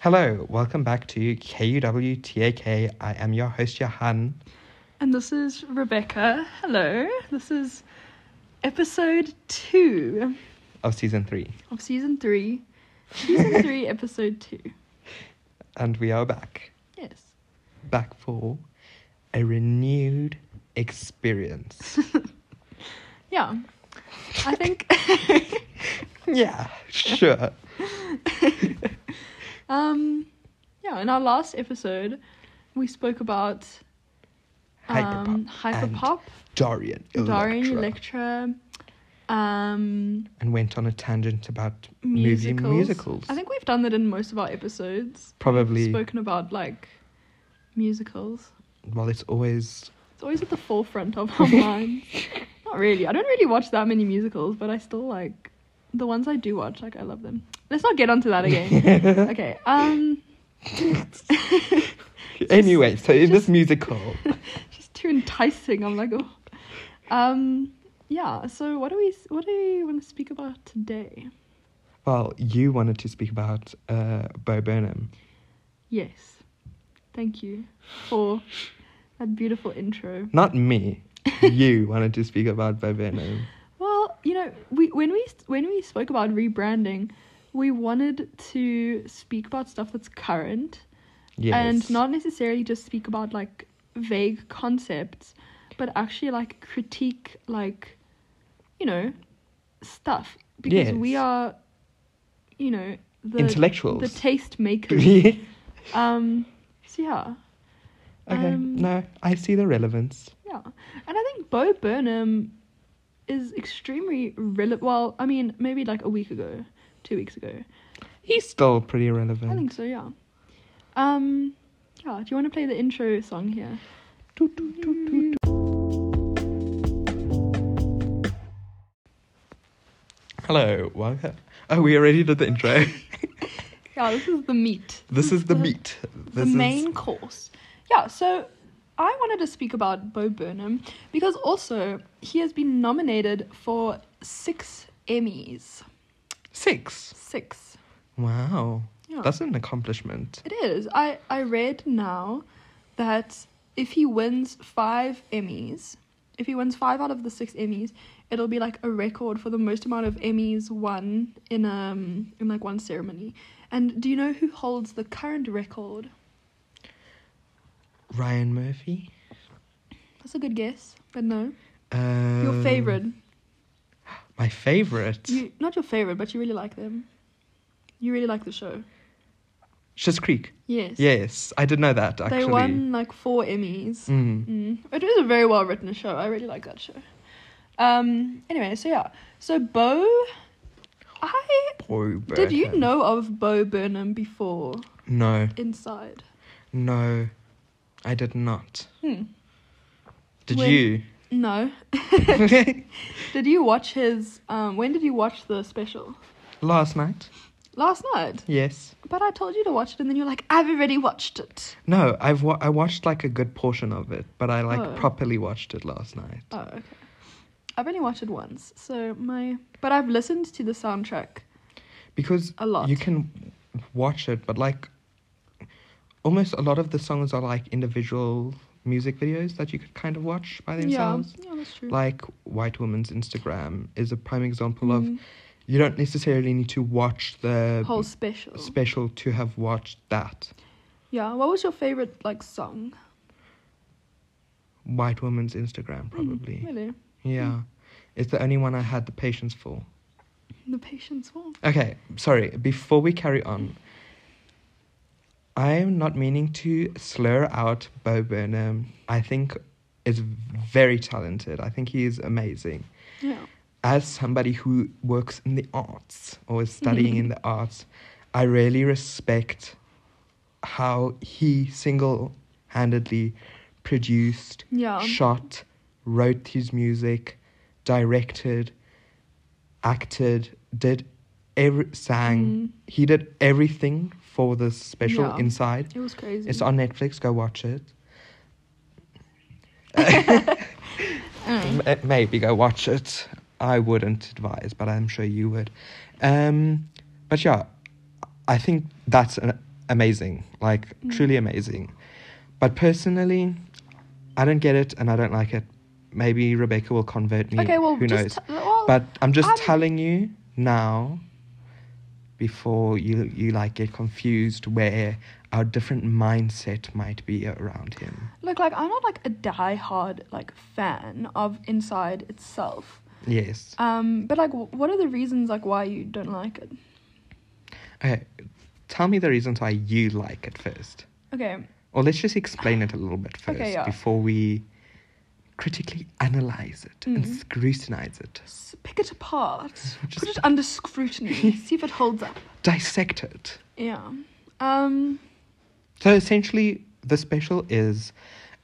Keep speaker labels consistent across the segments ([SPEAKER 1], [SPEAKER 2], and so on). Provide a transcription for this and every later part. [SPEAKER 1] Hello, welcome back to KUWTAK. I am your host, Johan.
[SPEAKER 2] And this is Rebecca. Hello. This is episode two
[SPEAKER 1] of season three,
[SPEAKER 2] of season three. Season three, episode two.
[SPEAKER 1] and we are back.
[SPEAKER 2] Yes.
[SPEAKER 1] Back for a renewed experience.
[SPEAKER 2] Yeah. I think
[SPEAKER 1] yeah, sure.
[SPEAKER 2] um yeah, in our last episode we spoke about um
[SPEAKER 1] and
[SPEAKER 2] hyperpop,
[SPEAKER 1] Darian Electra.
[SPEAKER 2] Darian Electra, um
[SPEAKER 1] And went on a tangent about
[SPEAKER 2] musicals.
[SPEAKER 1] movie musicals.
[SPEAKER 2] I think we've done that in most of our episodes.
[SPEAKER 1] Probably,
[SPEAKER 2] Spoken about like musicals.
[SPEAKER 1] well, it's always.
[SPEAKER 2] It's always at the forefront of our minds. Not really. I don't really watch that many musicals, but I still like the ones I do watch. Like I love them. Let's not get onto that again. okay. Um,
[SPEAKER 1] anyway, so in this
[SPEAKER 2] just-
[SPEAKER 1] musical,
[SPEAKER 2] just too enticing. I'm like, oh. Um, yeah. So what do we? What do we want to speak about today?
[SPEAKER 1] well, you wanted to speak about uh, Bo Burnham.
[SPEAKER 2] Yes. Thank you for that beautiful intro.
[SPEAKER 1] Not me. you wanted to speak about Bo Burnham.
[SPEAKER 2] Well, you know, we when we when we spoke about rebranding, we wanted to speak about stuff that's current
[SPEAKER 1] Yes.
[SPEAKER 2] and not necessarily just speak about like vague concepts, but actually like critique like you know stuff because we
[SPEAKER 1] Yes.
[SPEAKER 2] are you know the
[SPEAKER 1] Intellectuals.
[SPEAKER 2] the taste makers.
[SPEAKER 1] okay.
[SPEAKER 2] um so yeah. Um,
[SPEAKER 1] no, I see the relevance.
[SPEAKER 2] Yeah, and I think Bo Burnham is extremely relevant. Well, I mean, maybe like a week ago, two weeks ago.
[SPEAKER 1] He's still pretty relevant.
[SPEAKER 2] I think so. Yeah. Um. Yeah. Do you want to play the intro song here?
[SPEAKER 1] Toot, toot, toot, toot, toot. Hello, welcome. Oh, we already did the intro.
[SPEAKER 2] Yeah. This is the meat.
[SPEAKER 1] this is the meat.
[SPEAKER 2] The
[SPEAKER 1] This is
[SPEAKER 2] main course. Yeah. So I wanted to speak about Bo Burnham because also he has been nominated for six Emmys.
[SPEAKER 1] six.
[SPEAKER 2] Six.
[SPEAKER 1] Wow,
[SPEAKER 2] Yeah.
[SPEAKER 1] that's an accomplishment.
[SPEAKER 2] It is. I, I read now that if he wins five Emmys, if he wins five out of the six Emmys, it'll be like a record for the most amount of Emmys won in um in like one ceremony. And do you know who holds the current record?
[SPEAKER 1] Ryan Murphy.
[SPEAKER 2] That's a good guess, but no.
[SPEAKER 1] Um,
[SPEAKER 2] Your favorite.
[SPEAKER 1] My favorite.
[SPEAKER 2] You not your favorite, but you really like them. You really like the show.
[SPEAKER 1] Schitt's Creek.
[SPEAKER 2] Yes.
[SPEAKER 1] Yes, I did know that actually.
[SPEAKER 2] They won like four Emmys.
[SPEAKER 1] Mm.
[SPEAKER 2] Mm. It was a very well written show. I really like that show. Um. Anyway, so yeah. So Bo, I
[SPEAKER 1] Boy,
[SPEAKER 2] did you
[SPEAKER 1] Burnham.
[SPEAKER 2] know of Bo Burnham before
[SPEAKER 1] No,
[SPEAKER 2] Inside?
[SPEAKER 1] no, I did not.
[SPEAKER 2] Hmm.
[SPEAKER 1] Did
[SPEAKER 2] When-
[SPEAKER 1] you?
[SPEAKER 2] No. Did you watch his? Um. When did you watch the special?
[SPEAKER 1] Last night?
[SPEAKER 2] Last night.
[SPEAKER 1] Yes.
[SPEAKER 2] But I told you to watch it, and then you're like, I've already watched it.
[SPEAKER 1] No, I've wa- I watched like a good portion of it, but I like
[SPEAKER 2] Oh.
[SPEAKER 1] properly watched it last night.
[SPEAKER 2] Oh, okay. I've only watched it once, so my. But I've listened to the soundtrack
[SPEAKER 1] Because
[SPEAKER 2] a lot.
[SPEAKER 1] you can watch it, but like almost a lot of the songs are like individual music videos that you could kind of watch by
[SPEAKER 2] yeah,
[SPEAKER 1] themselves.
[SPEAKER 2] yeah, that's true.
[SPEAKER 1] Like White Woman's Instagram is a prime example of
[SPEAKER 2] Mm.
[SPEAKER 1] you don't necessarily need to watch the
[SPEAKER 2] whole special.
[SPEAKER 1] special to have watched that.
[SPEAKER 2] yeah. What was your favorite like song?
[SPEAKER 1] White Woman's Instagram, probably.
[SPEAKER 2] Really,
[SPEAKER 1] Yeah. It's the only one I had the patience for.
[SPEAKER 2] the patience wall.
[SPEAKER 1] Okay, sorry. Before we carry on, I am not meaning to slur out Bo Burnham. I think is very talented. I think he is amazing.
[SPEAKER 2] Yeah.
[SPEAKER 1] As somebody who works in the arts or is
[SPEAKER 2] Mm-hmm.
[SPEAKER 1] studying in the arts, I really respect how he single-handedly produced
[SPEAKER 2] Yeah.
[SPEAKER 1] shot, wrote his music, directed, acted, did every sang.
[SPEAKER 2] Mm.
[SPEAKER 1] He did everything for this special
[SPEAKER 2] Yeah.
[SPEAKER 1] inside.
[SPEAKER 2] It was crazy.
[SPEAKER 1] It's on Netflix. Go watch it. M- uh, Maybe go watch it. I wouldn't advise, but I'm sure you would. Um, but yeah, I think that's an, amazing, like
[SPEAKER 2] Mm.
[SPEAKER 1] truly amazing. But personally, I don't get it and I don't like it. Maybe Rebecca will convert me.
[SPEAKER 2] Okay, well,
[SPEAKER 1] who knows?
[SPEAKER 2] just t- well,
[SPEAKER 1] but I'm just
[SPEAKER 2] I'm-
[SPEAKER 1] telling you now before you you like get confused where our different mindset might be around him.
[SPEAKER 2] look, like I'm not like a die-hard like fan of Inside itself.
[SPEAKER 1] Yes.
[SPEAKER 2] Um, but like, wh- what are the reasons like why you don't like it?
[SPEAKER 1] Okay. Tell me the reasons why you like it first.
[SPEAKER 2] Okay,
[SPEAKER 1] Or let's just explain it a little bit
[SPEAKER 2] Okay,
[SPEAKER 1] first
[SPEAKER 2] yeah.
[SPEAKER 1] before we critically analyze it and
[SPEAKER 2] Mm.
[SPEAKER 1] scrutinize it,
[SPEAKER 2] s- pick it apart,
[SPEAKER 1] Just-
[SPEAKER 2] put it under scrutiny, see if it holds up.
[SPEAKER 1] dissect it.
[SPEAKER 2] Yeah. Um.
[SPEAKER 1] So essentially, the special is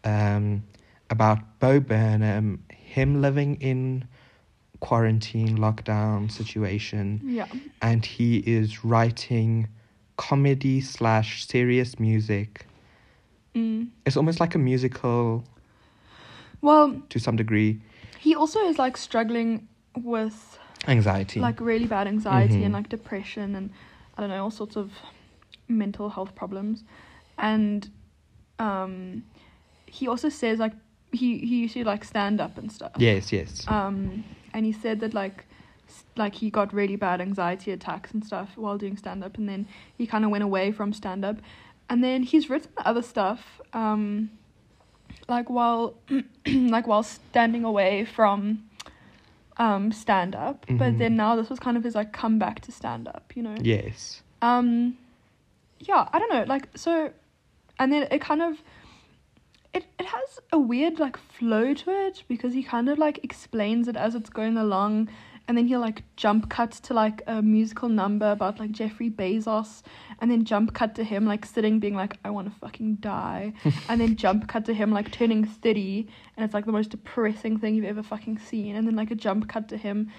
[SPEAKER 1] um, about Bo Burnham, him living in quarantine, lockdown situation,
[SPEAKER 2] Yeah.
[SPEAKER 1] and he is writing comedy slash serious music.
[SPEAKER 2] Mm.
[SPEAKER 1] It's almost like a musical
[SPEAKER 2] Well,
[SPEAKER 1] to some degree.
[SPEAKER 2] he also is like struggling with
[SPEAKER 1] Anxiety.
[SPEAKER 2] like really bad anxiety
[SPEAKER 1] Mhm.
[SPEAKER 2] and like depression and I don't know all sorts of mental health problems, and um, he also says like he he used to like stand up and stuff.
[SPEAKER 1] yes, yes.
[SPEAKER 2] Um, and he said that like s- like he got really bad anxiety attacks and stuff while doing stand up, and then he kind of went away from stand up, and then he's written other stuff. Um, like while like while standing away from um stand up but
[SPEAKER 1] Mhm.
[SPEAKER 2] then now this was kind of his like comeback to stand up you know
[SPEAKER 1] yes.
[SPEAKER 2] um yeah i don't know like so and then it kind of it, it has a weird like flow to it because he kind of like explains it as it's going along and then he'll like jump cut to like a musical number about like Jeffrey Bezos and then jump cut to him like sitting being like I want to fucking die and then jump cut to him like turning 30 and it's like the most depressing thing you've ever fucking seen and then like a jump cut to him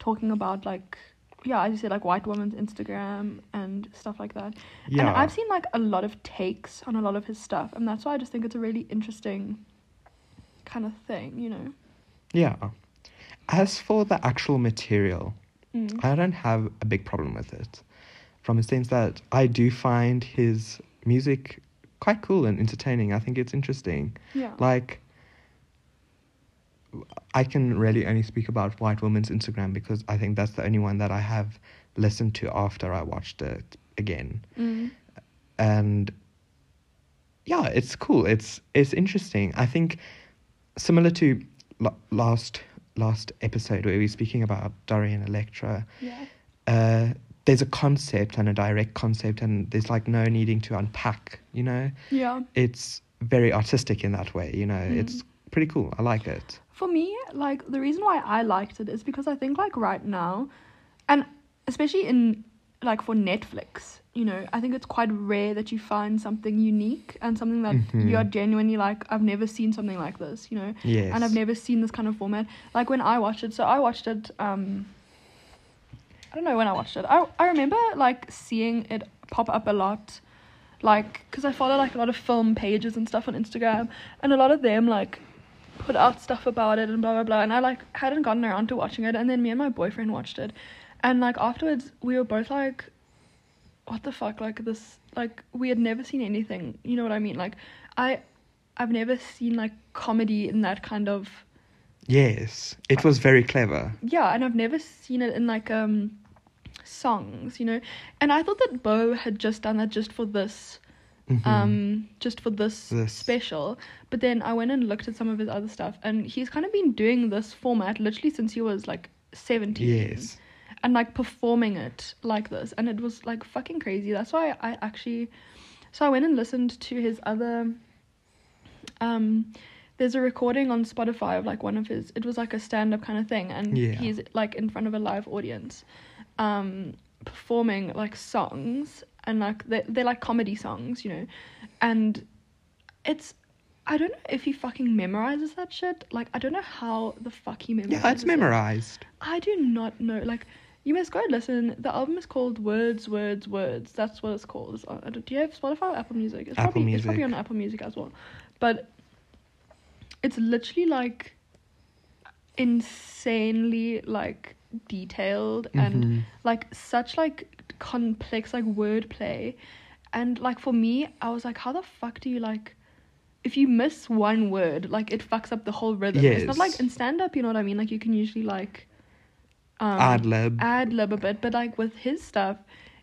[SPEAKER 2] talking about like yeah as you said like white woman's Instagram and stuff like that
[SPEAKER 1] Yeah.
[SPEAKER 2] and I've seen like a lot of takes on a lot of his stuff, and that's why I just think it's a really interesting kind of thing, you know.
[SPEAKER 1] yeah. As for the actual material,
[SPEAKER 2] Mm.
[SPEAKER 1] I don't have a big problem with it, from the sense that I do find his music quite cool and entertaining. I think it's interesting.
[SPEAKER 2] Yeah.
[SPEAKER 1] Like, I can really only speak about White Woman's Instagram because I think that's the only one that I have listened to after I watched it again.
[SPEAKER 2] Mm.
[SPEAKER 1] And yeah, it's cool. It's it's interesting. I think similar to la- last last episode where we were speaking about Dorian Electra
[SPEAKER 2] Yeah.
[SPEAKER 1] uh, there's a concept and a direct concept, and there's like no needing to unpack. You know,
[SPEAKER 2] Yeah.
[SPEAKER 1] it's very artistic in that way. You know,
[SPEAKER 2] Mm-hmm.
[SPEAKER 1] it's pretty cool. I like it.
[SPEAKER 2] For me, like the reason why I liked it is because I think like right now, and especially in like for Netflix, you know, I think it's quite rare that you find something unique and something that
[SPEAKER 1] Mhm.
[SPEAKER 2] you're genuinely like I've never seen something like this, you know.
[SPEAKER 1] Yes,
[SPEAKER 2] and I've never seen this kind of format. Like when I watched it, so I watched it. Um, I don't know when I watched it. I I remember like seeing it pop up a lot, like because I follow like a lot of film pages and stuff on Instagram, and a lot of them like put out stuff about it and blah blah blah. And I like hadn't gotten around to watching it, and then me and my boyfriend watched it, and like afterwards we were both like. What the fuck? Like this? Like we had never seen anything. You know what I mean? Like, I I've never seen like comedy in that kind of
[SPEAKER 1] Yes, it was very clever.
[SPEAKER 2] yeah, and I've never seen it in like um songs, you know. And I thought that Bo had just done that just for this
[SPEAKER 1] Mhm.
[SPEAKER 2] um just for this,
[SPEAKER 1] This.
[SPEAKER 2] special. But then I went and looked at some of his other stuff and he's kind of been doing this format literally since he was like 17.
[SPEAKER 1] yes,
[SPEAKER 2] And like performing it like this and it was like fucking crazy. That's why I actually so I went and listened to his other um there's a recording on Spotify of like one of his it was like a stand up kind of thing and
[SPEAKER 1] Yeah.
[SPEAKER 2] he's like in front of a live audience um performing like songs and like they they're like comedy songs, you know. And it's I don't know if he fucking memorizes that shit. Like I don't know how the fuck he memorizes.
[SPEAKER 1] yeah, it's
[SPEAKER 2] it.
[SPEAKER 1] memorized.
[SPEAKER 2] I do not know. Like, you must go and listen. The album is called Words, Words, Words. That's what it's called. It's on, I don't- do you have Spotify or Apple Music? It's
[SPEAKER 1] Apple
[SPEAKER 2] probably, It's
[SPEAKER 1] Music.
[SPEAKER 2] probably on Apple Music as well. But it's literally like insanely like detailed and
[SPEAKER 1] Mhm.
[SPEAKER 2] like such like complex like wordplay And like for me, I was like, how the fuck do you like if you miss one word, like it fucks up the whole rhythm. It's not like
[SPEAKER 1] Yes.
[SPEAKER 2] in stand up, you know what I mean? Like you can usually like um
[SPEAKER 1] Ad lib.
[SPEAKER 2] ad lib a bit, but like with his stuff,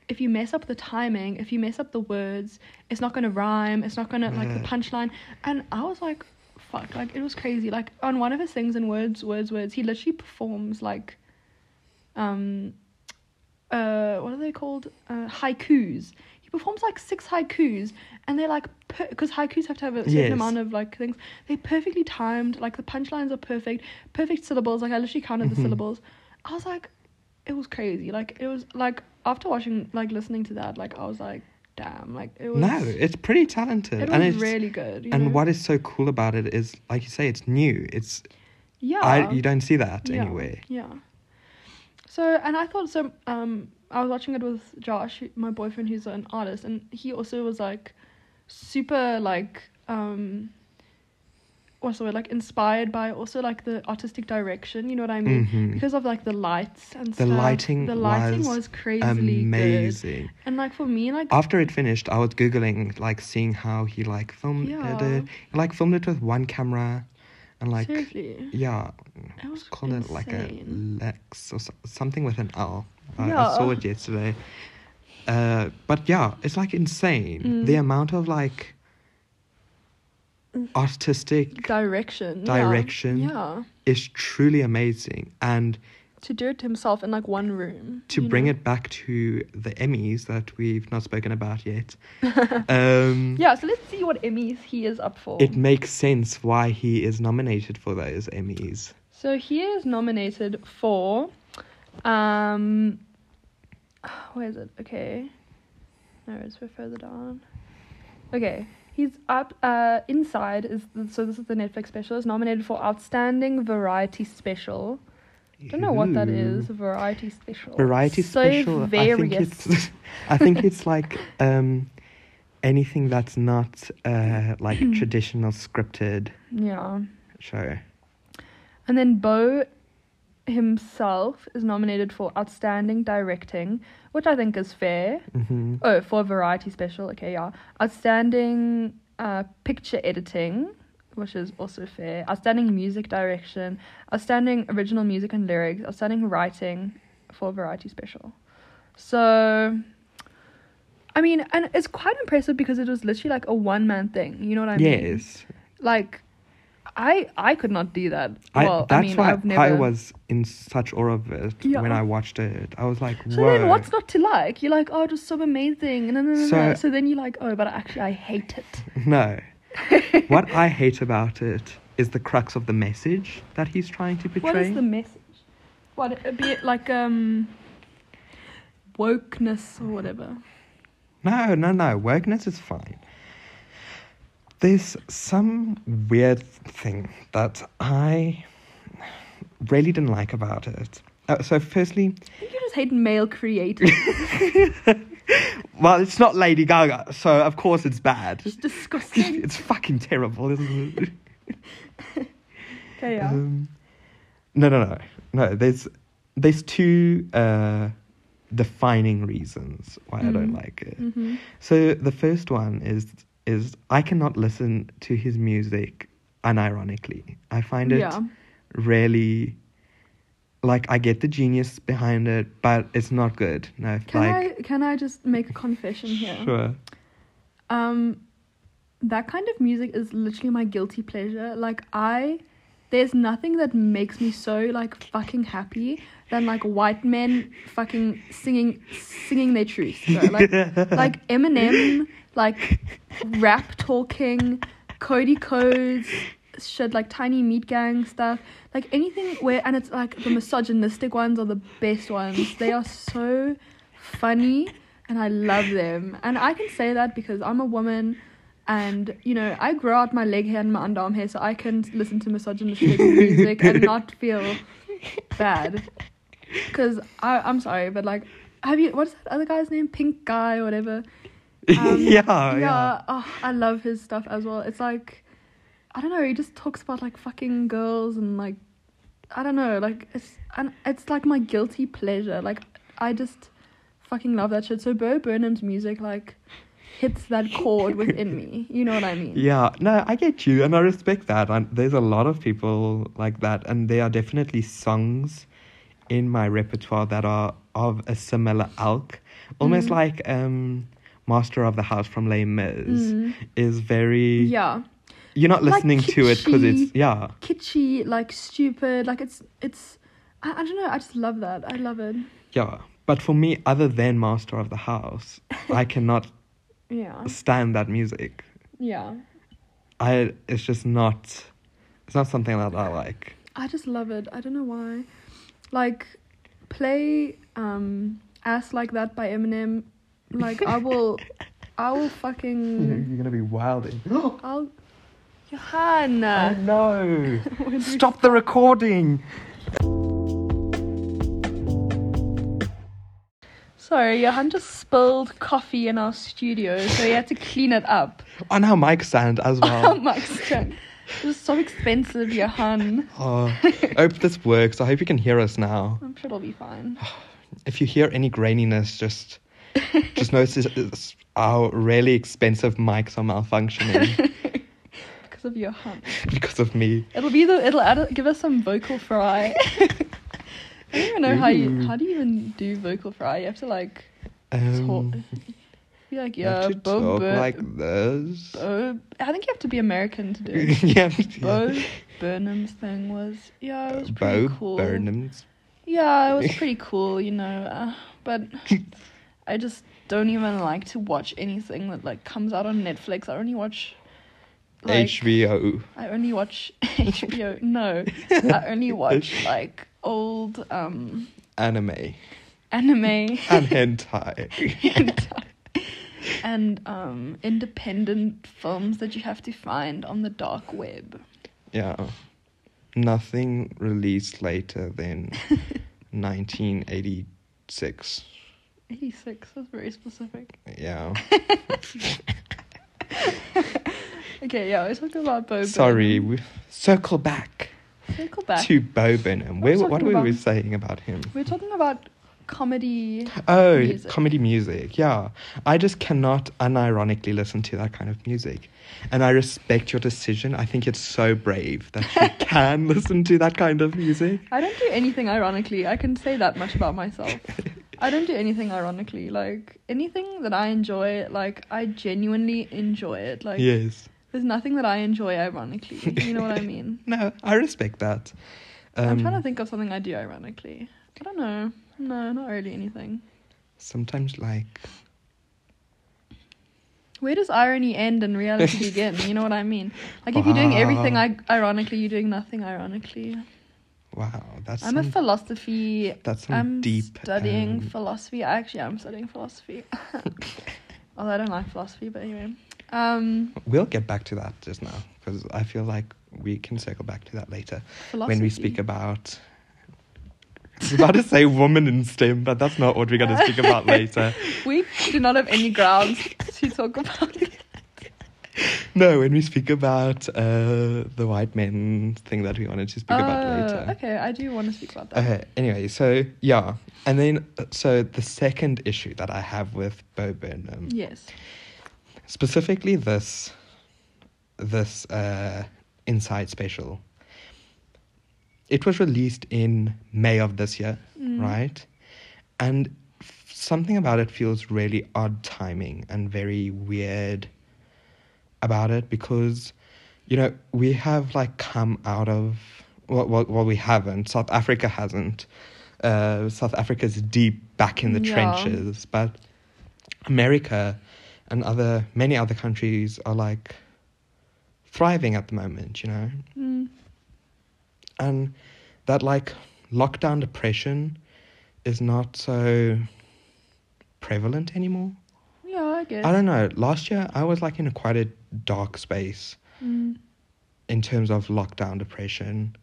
[SPEAKER 2] if you mess up the timing, if you mess up the words, it's not gonna rhyme, it's not gonna like the
[SPEAKER 1] Yeah.
[SPEAKER 2] punchline. And I was like, fuck, like it was crazy. Like on one of his things in words, words, words, he literally performs like um uh what are they called? Uh haikus. He performs like six haikus and they're like because haikus have to have a certain
[SPEAKER 1] Yes.
[SPEAKER 2] amount of like things. They're perfectly timed, like the punchlines are perfect, perfect syllables, like I literally counted the
[SPEAKER 1] Mhm.
[SPEAKER 2] syllables. I was like it was crazy. Like it was like after watching like listening to that, like I was like, damn, like it was
[SPEAKER 1] no,
[SPEAKER 2] it,
[SPEAKER 1] it's pretty talented.
[SPEAKER 2] was
[SPEAKER 1] and it's
[SPEAKER 2] really good. you
[SPEAKER 1] and
[SPEAKER 2] know?
[SPEAKER 1] what is so cool about it is like you say, it's new. It's
[SPEAKER 2] yeah.
[SPEAKER 1] I you don't see that
[SPEAKER 2] Yeah,
[SPEAKER 1] anywhere.
[SPEAKER 2] Yeah. So and I thought so um I was watching it with Josh, who- my boyfriend who's an artist, and he also was like super like um what's the word like inspired by also like the artistic direction, you know what I mean?
[SPEAKER 1] Mhm.
[SPEAKER 2] Because of like the lights and
[SPEAKER 1] The
[SPEAKER 2] stuff.
[SPEAKER 1] lighting
[SPEAKER 2] the lighting
[SPEAKER 1] was
[SPEAKER 2] was, crazily good.
[SPEAKER 1] Amazing.
[SPEAKER 2] And like for me, like
[SPEAKER 1] After it finished, I was googling like seeing how he like filmed
[SPEAKER 2] Yeah.
[SPEAKER 1] it. He like filmed it with one camera, and like
[SPEAKER 2] seriously,
[SPEAKER 1] yeah,
[SPEAKER 2] it was
[SPEAKER 1] called it
[SPEAKER 2] insane.
[SPEAKER 1] like a Lex or so- something with an L. I- I
[SPEAKER 2] Yeah.
[SPEAKER 1] saw it yesterday. Uh, but yeah, it's like insane
[SPEAKER 2] Mm.
[SPEAKER 1] the amount of like artistic
[SPEAKER 2] direction. yeah.
[SPEAKER 1] direction.
[SPEAKER 2] yeah.
[SPEAKER 1] is truly amazing, and
[SPEAKER 2] to do it himself in like one room.
[SPEAKER 1] to bring it back to the Emmys that we've not spoken about yet. um,
[SPEAKER 2] Yeah, so let's see what Emmys he is up for.
[SPEAKER 1] It makes sense why he is nominated for those Emmys.
[SPEAKER 2] so he is nominated for, um, where is it? Okay, no, it's for further down. Okay, he's up. Uh, inside is so this is the Netflix special. Is nominated for outstanding variety special. Don't know what that is. Variety special.
[SPEAKER 1] Variety
[SPEAKER 2] so
[SPEAKER 1] special. I think
[SPEAKER 2] Various.
[SPEAKER 1] it's. I think it's like um, anything that's not uh, like traditional scripted
[SPEAKER 2] yeah.
[SPEAKER 1] show.
[SPEAKER 2] And then Bo himself is nominated for Outstanding Directing, which I think is fair.
[SPEAKER 1] hmm
[SPEAKER 2] Oh, for a variety special, okay, yeah. Outstanding uh, Picture Editing, which is also fair. Outstanding Music Direction, Outstanding Original Music and Lyrics, Outstanding Writing for a variety special. So. I mean, and it's quite impressive because it was literally like a one man thing. You know what I mean?
[SPEAKER 1] yes,
[SPEAKER 2] like I I could not do that.
[SPEAKER 1] I,
[SPEAKER 2] well,
[SPEAKER 1] that's
[SPEAKER 2] I mean,
[SPEAKER 1] why
[SPEAKER 2] I've never.
[SPEAKER 1] I was in such awe of it
[SPEAKER 2] Yeah.
[SPEAKER 1] when I watched it. I was like,
[SPEAKER 2] So
[SPEAKER 1] "Whoa!"
[SPEAKER 2] then, what's not to like? You're like, oh, it was so amazing. No, no, no,
[SPEAKER 1] So-
[SPEAKER 2] no. So then you're like, oh, but actually, I hate it.
[SPEAKER 1] No, what I hate about it is the crux of the message that he's trying to portray.
[SPEAKER 2] What is the message? What it be it like um wokeness or whatever?
[SPEAKER 1] No, no, no. Wokeness is fine. There's some weird thing that I really didn't like about it. Uh, so, firstly,
[SPEAKER 2] I think you just hate male creators.
[SPEAKER 1] well, it's not Lady Gaga, so of course it's bad.
[SPEAKER 2] It's disgusting.
[SPEAKER 1] it's fucking terrible, isn't it?
[SPEAKER 2] Okay, yeah.
[SPEAKER 1] Um, no, no, no, no. There's there's two uh, defining reasons why I don't
[SPEAKER 2] Mm.
[SPEAKER 1] like it.
[SPEAKER 2] hmm
[SPEAKER 1] So the first one is is I cannot listen to his music unironically. I find it
[SPEAKER 2] Yeah.
[SPEAKER 1] really like I get the genius behind it, but it's not good. No,
[SPEAKER 2] Can
[SPEAKER 1] like
[SPEAKER 2] I can I just make a confession here?
[SPEAKER 1] sure.
[SPEAKER 2] Um, that kind of music is literally my guilty pleasure. Like I, there's nothing that makes me so like fucking happy than like white men fucking singing singing their truth. bro. Like like Eminem, like rap talking, Cody Codes, shit like Tiny Meat Gang stuff, like anything where and it's like the misogynistic ones are the best ones. They are so funny and I love them. And I can say that because I'm a woman. And you know, I grow out my leg hair and my underarm hair, so I can listen to misogynistic music and not feel bad. Because I'm sorry, but like, have you, what's that other guy's name? Pink Guy or whatever. Um,
[SPEAKER 1] yeah,
[SPEAKER 2] yeah.
[SPEAKER 1] yeah,
[SPEAKER 2] Oh, I love his stuff as well. It's like, I don't know, he just talks about like fucking girls and like, I don't know, like, it's, and it's like my guilty pleasure. Like, I just fucking love that shit. So, Bo Burnham's music, like, hits that chord within me. You know what I mean?
[SPEAKER 1] Yeah, no, I get you, and I respect that. And there's a lot of people like that, and there are definitely songs in my repertoire that are of a similar ilk, almost
[SPEAKER 2] Mm.
[SPEAKER 1] like um, "Master of the House" from Les Mis
[SPEAKER 2] Mm.
[SPEAKER 1] is very.
[SPEAKER 2] Yeah.
[SPEAKER 1] You're not
[SPEAKER 2] Like
[SPEAKER 1] listening to it because it's
[SPEAKER 2] kitschy.
[SPEAKER 1] yeah.
[SPEAKER 2] Kitschy, like stupid, like it's it's I, I don't know, I just love that. I love it.
[SPEAKER 1] Yeah. But for me, other than Master of the House, I cannot
[SPEAKER 2] Uh-huh. Yeah.
[SPEAKER 1] stand that music.
[SPEAKER 2] Yeah.
[SPEAKER 1] I it's just not it's not something that I like.
[SPEAKER 2] I just love it. I don't know why. Like, play um ass like that by Eminem. Like I will, I will fucking.
[SPEAKER 1] gonna be wilding.
[SPEAKER 2] Uh, I'll. Johanna.
[SPEAKER 1] oh no!
[SPEAKER 2] When do we-
[SPEAKER 1] Stop the recording.
[SPEAKER 2] Sorry, Johan just spilled coffee in our studio, so he had to clean it up.
[SPEAKER 1] On our mic stand as
[SPEAKER 2] Oh,
[SPEAKER 1] well.
[SPEAKER 2] Max, it was so expensive, Johan.
[SPEAKER 1] oh, I hope this works. I hope you can hear us now.
[SPEAKER 2] I'm sure it'll be fine.
[SPEAKER 1] If you hear any graininess, just just notice it's our really expensive mics are malfunctioning
[SPEAKER 2] Because of Johan.
[SPEAKER 1] because of me.
[SPEAKER 2] It'll be the it'll add, give us some vocal fry. I don't even know how you
[SPEAKER 1] Ooh.
[SPEAKER 2] how do you even do vocal fry. You have to like talk.
[SPEAKER 1] Um,
[SPEAKER 2] Be like
[SPEAKER 1] you
[SPEAKER 2] yeah,
[SPEAKER 1] have to
[SPEAKER 2] bo,
[SPEAKER 1] talk
[SPEAKER 2] bo,
[SPEAKER 1] like this.
[SPEAKER 2] bo. I think you have to be American to do. it.
[SPEAKER 1] yeah,
[SPEAKER 2] Bo Burnham's thing was yeah, it was pretty
[SPEAKER 1] Bo
[SPEAKER 2] cool.
[SPEAKER 1] Burnham's.
[SPEAKER 2] Yeah, it was pretty cool, you know. Uh, but I just don't even like to watch anything that like comes out on Netflix. I only watch like,
[SPEAKER 1] HBO.
[SPEAKER 2] I only watch HBO. No, I only watch like old um
[SPEAKER 1] anime
[SPEAKER 2] anime
[SPEAKER 1] and hentai.
[SPEAKER 2] and, and um independent films that you have to find on the dark web.
[SPEAKER 1] Yeah. Nothing released later than 1986.
[SPEAKER 2] 86 was very specific.
[SPEAKER 1] Yeah.
[SPEAKER 2] Okay, yeah, I was talking about Bo.
[SPEAKER 1] Sorry.
[SPEAKER 2] Burnham.
[SPEAKER 1] We circle back,
[SPEAKER 2] Circle back.
[SPEAKER 1] to Bo Burnham.
[SPEAKER 2] What
[SPEAKER 1] Where,
[SPEAKER 2] was
[SPEAKER 1] what
[SPEAKER 2] talking
[SPEAKER 1] were we
[SPEAKER 2] about?
[SPEAKER 1] saying about him?
[SPEAKER 2] We're talking about comedy.
[SPEAKER 1] Oh,
[SPEAKER 2] Music.
[SPEAKER 1] comedy music. Yeah. I just cannot unironically listen to that kind of music. And I respect your decision. I think it's so brave that you can listen to that kind of music.
[SPEAKER 2] I don't do anything ironically. I can say that much about myself. I don't do anything ironically. Like anything that I enjoy, like I genuinely enjoy it. Like
[SPEAKER 1] yes.
[SPEAKER 2] there's nothing that I enjoy ironically. You know what I mean?
[SPEAKER 1] No, I respect that. Um,
[SPEAKER 2] I'm trying to think of something I do ironically. I don't know. No, not really anything.
[SPEAKER 1] Sometimes, like,
[SPEAKER 2] Where does irony end and reality begin? You know what I mean? Like if you're doing everything
[SPEAKER 1] Wow.
[SPEAKER 2] I- ironically, you're doing nothing ironically.
[SPEAKER 1] wow, that's
[SPEAKER 2] I'm a
[SPEAKER 1] some-
[SPEAKER 2] philosophy
[SPEAKER 1] that's some
[SPEAKER 2] I'm
[SPEAKER 1] deep
[SPEAKER 2] studying
[SPEAKER 1] um,
[SPEAKER 2] philosophy. Actually, I'm studying philosophy. Although I don't like philosophy, but anyway. Um,
[SPEAKER 1] we'll get back to that just now because I feel like we can circle back to that later
[SPEAKER 2] philosophy.
[SPEAKER 1] when we speak about. I was about to say woman in STEM, but that's not what we're going to speak about later.
[SPEAKER 2] we do not have any grounds to talk about.
[SPEAKER 1] No, when we speak about uh, the white men thing that we wanted to speak about later.
[SPEAKER 2] Oh, Okay, I do want to speak about that.
[SPEAKER 1] Okay, anyway, so yeah. And then, uh, so the second issue that I have with Bo Burnham
[SPEAKER 2] Yes.
[SPEAKER 1] specifically this this uh inside special it was released in may of this year
[SPEAKER 2] Mm.
[SPEAKER 1] right and f- something about it feels really odd timing and very weird about it because you know we have like come out of well, well, well we haven't south africa hasn't uh, south africa's deep back in the
[SPEAKER 2] Yeah.
[SPEAKER 1] trenches but america and other many other countries are like thriving at the moment you know
[SPEAKER 2] Mm,
[SPEAKER 1] and that like lockdown depression is not so prevalent anymore
[SPEAKER 2] yeah, I guess.
[SPEAKER 1] i don't know last year i was like in a quite a dark space
[SPEAKER 2] Mm,
[SPEAKER 1] in terms of lockdown depression.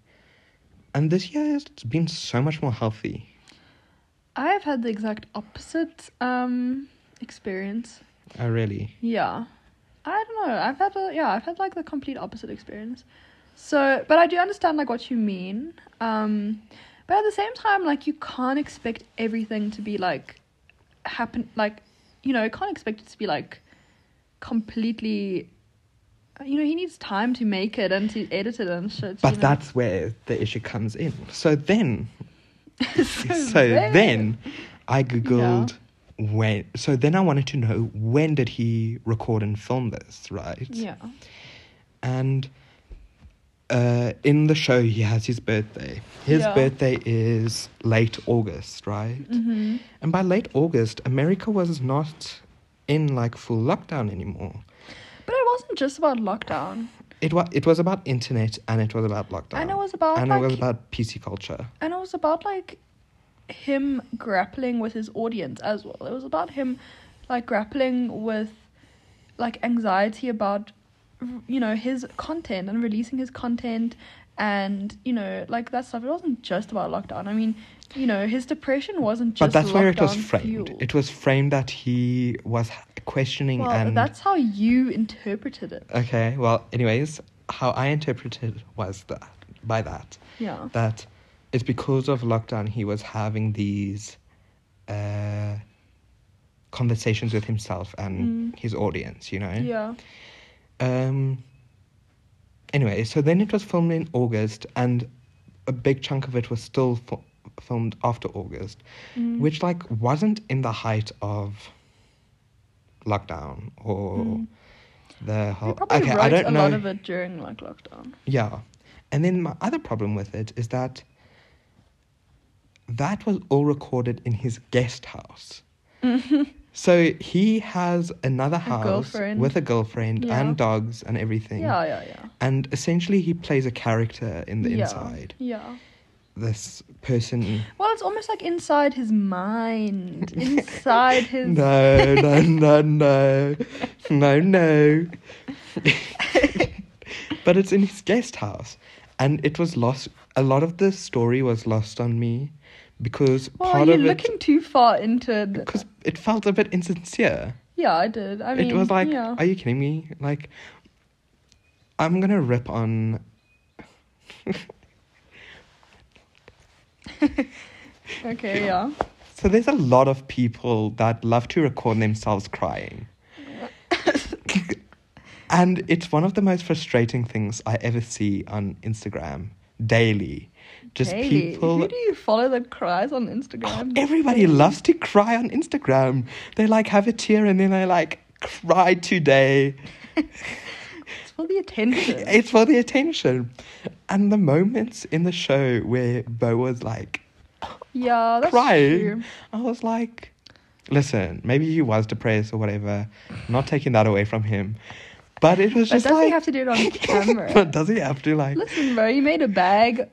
[SPEAKER 1] And this year has been so much more healthy.
[SPEAKER 2] I have had the exact opposite um, experience.
[SPEAKER 1] I uh, really.
[SPEAKER 2] Yeah. I don't know. I've had a yeah, I've had like the complete opposite experience. So, but I do understand like what you mean. Um but at the same time like you can't expect everything to be like happen like you know, you can't expect it to be like completely. You know, he needs time to make it and to edit it and shit.
[SPEAKER 1] But
[SPEAKER 2] you know?
[SPEAKER 1] that's where the issue comes in. So then, so,
[SPEAKER 2] there.
[SPEAKER 1] then I googled when. So then I wanted to know when did he record and film this, right?
[SPEAKER 2] Yeah.
[SPEAKER 1] And uh, in the show, he has his birthday. His
[SPEAKER 2] Yeah.
[SPEAKER 1] birthday is late August, right?
[SPEAKER 2] Mm-hmm.
[SPEAKER 1] And by late August, America was not in like full lockdown anymore.
[SPEAKER 2] But it wasn't just about lockdown.
[SPEAKER 1] It was it was about internet and it was about lockdown.
[SPEAKER 2] And it was about,
[SPEAKER 1] and it was
[SPEAKER 2] like-
[SPEAKER 1] about PC culture.
[SPEAKER 2] And it was about like him grappling with his audience as well. It was about him like grappling with like anxiety about you know his content and releasing his content and you know like that stuff. It wasn't just about lockdown. I mean, you know, his depression wasn't
[SPEAKER 1] But
[SPEAKER 2] just
[SPEAKER 1] that's where it was
[SPEAKER 2] lockdown
[SPEAKER 1] framed.
[SPEAKER 2] fueled.
[SPEAKER 1] It was framed that he was questioning
[SPEAKER 2] well,
[SPEAKER 1] and
[SPEAKER 2] that's how you interpreted it.
[SPEAKER 1] okay. Well, anyways, how I interpreted was that by that
[SPEAKER 2] Yeah.
[SPEAKER 1] that it's because of lockdown he was having these uh, conversations with himself and
[SPEAKER 2] Mm.
[SPEAKER 1] his audience. You know.
[SPEAKER 2] Yeah.
[SPEAKER 1] Um. Anyway, so then it was filmed in August, and a big chunk of it was still fil- filmed after August,
[SPEAKER 2] Mm.
[SPEAKER 1] which like wasn't in the height of lockdown or
[SPEAKER 2] Mm.
[SPEAKER 1] the
[SPEAKER 2] They
[SPEAKER 1] whole.
[SPEAKER 2] probably
[SPEAKER 1] Oh, Okay,
[SPEAKER 2] wrote
[SPEAKER 1] I don't
[SPEAKER 2] a
[SPEAKER 1] know.
[SPEAKER 2] lot of it during like lockdown.
[SPEAKER 1] Yeah, and then my other problem with it is that that was all recorded in his guest house. So he has another house
[SPEAKER 2] Mm-hmm. girlfriend.
[SPEAKER 1] with a girlfriend
[SPEAKER 2] Yeah.
[SPEAKER 1] and dogs and everything
[SPEAKER 2] Yeah, yeah, yeah.
[SPEAKER 1] and essentially he plays a character in the
[SPEAKER 2] yeah.
[SPEAKER 1] inside
[SPEAKER 2] Yeah.
[SPEAKER 1] this person
[SPEAKER 2] Well, it's almost like inside his mind, inside his.
[SPEAKER 1] no no no no no no but it's in his guest house and it was lost a lot of the story was lost on me because
[SPEAKER 2] well,
[SPEAKER 1] part
[SPEAKER 2] you're
[SPEAKER 1] of
[SPEAKER 2] looking too far into.
[SPEAKER 1] it
[SPEAKER 2] The...
[SPEAKER 1] because it felt a bit insincere
[SPEAKER 2] Yeah, I did. I mean,
[SPEAKER 1] it was like
[SPEAKER 2] yeah.
[SPEAKER 1] are you kidding me like i'm gonna rip on
[SPEAKER 2] okay, yeah.
[SPEAKER 1] So there's a lot of people that love to record themselves crying. and it's one of the most frustrating things I ever see on Instagram daily. Just
[SPEAKER 2] Daily.
[SPEAKER 1] people Oh,
[SPEAKER 2] Who do you follow that cries on Instagram?
[SPEAKER 1] everybody loves to cry on Instagram. They like have a tear and then they like cry today.
[SPEAKER 2] It's for the attention.
[SPEAKER 1] It's for the attention. And the moments in the show where Bo was like
[SPEAKER 2] yeah, that's
[SPEAKER 1] crying.
[SPEAKER 2] true.
[SPEAKER 1] I was like, listen, maybe he was depressed or whatever. Not taking that away from him. But it was
[SPEAKER 2] But
[SPEAKER 1] just
[SPEAKER 2] doesn't
[SPEAKER 1] like.
[SPEAKER 2] have to do it on camera.
[SPEAKER 1] but does he have to, like,
[SPEAKER 2] Listen, bro, you made a bag.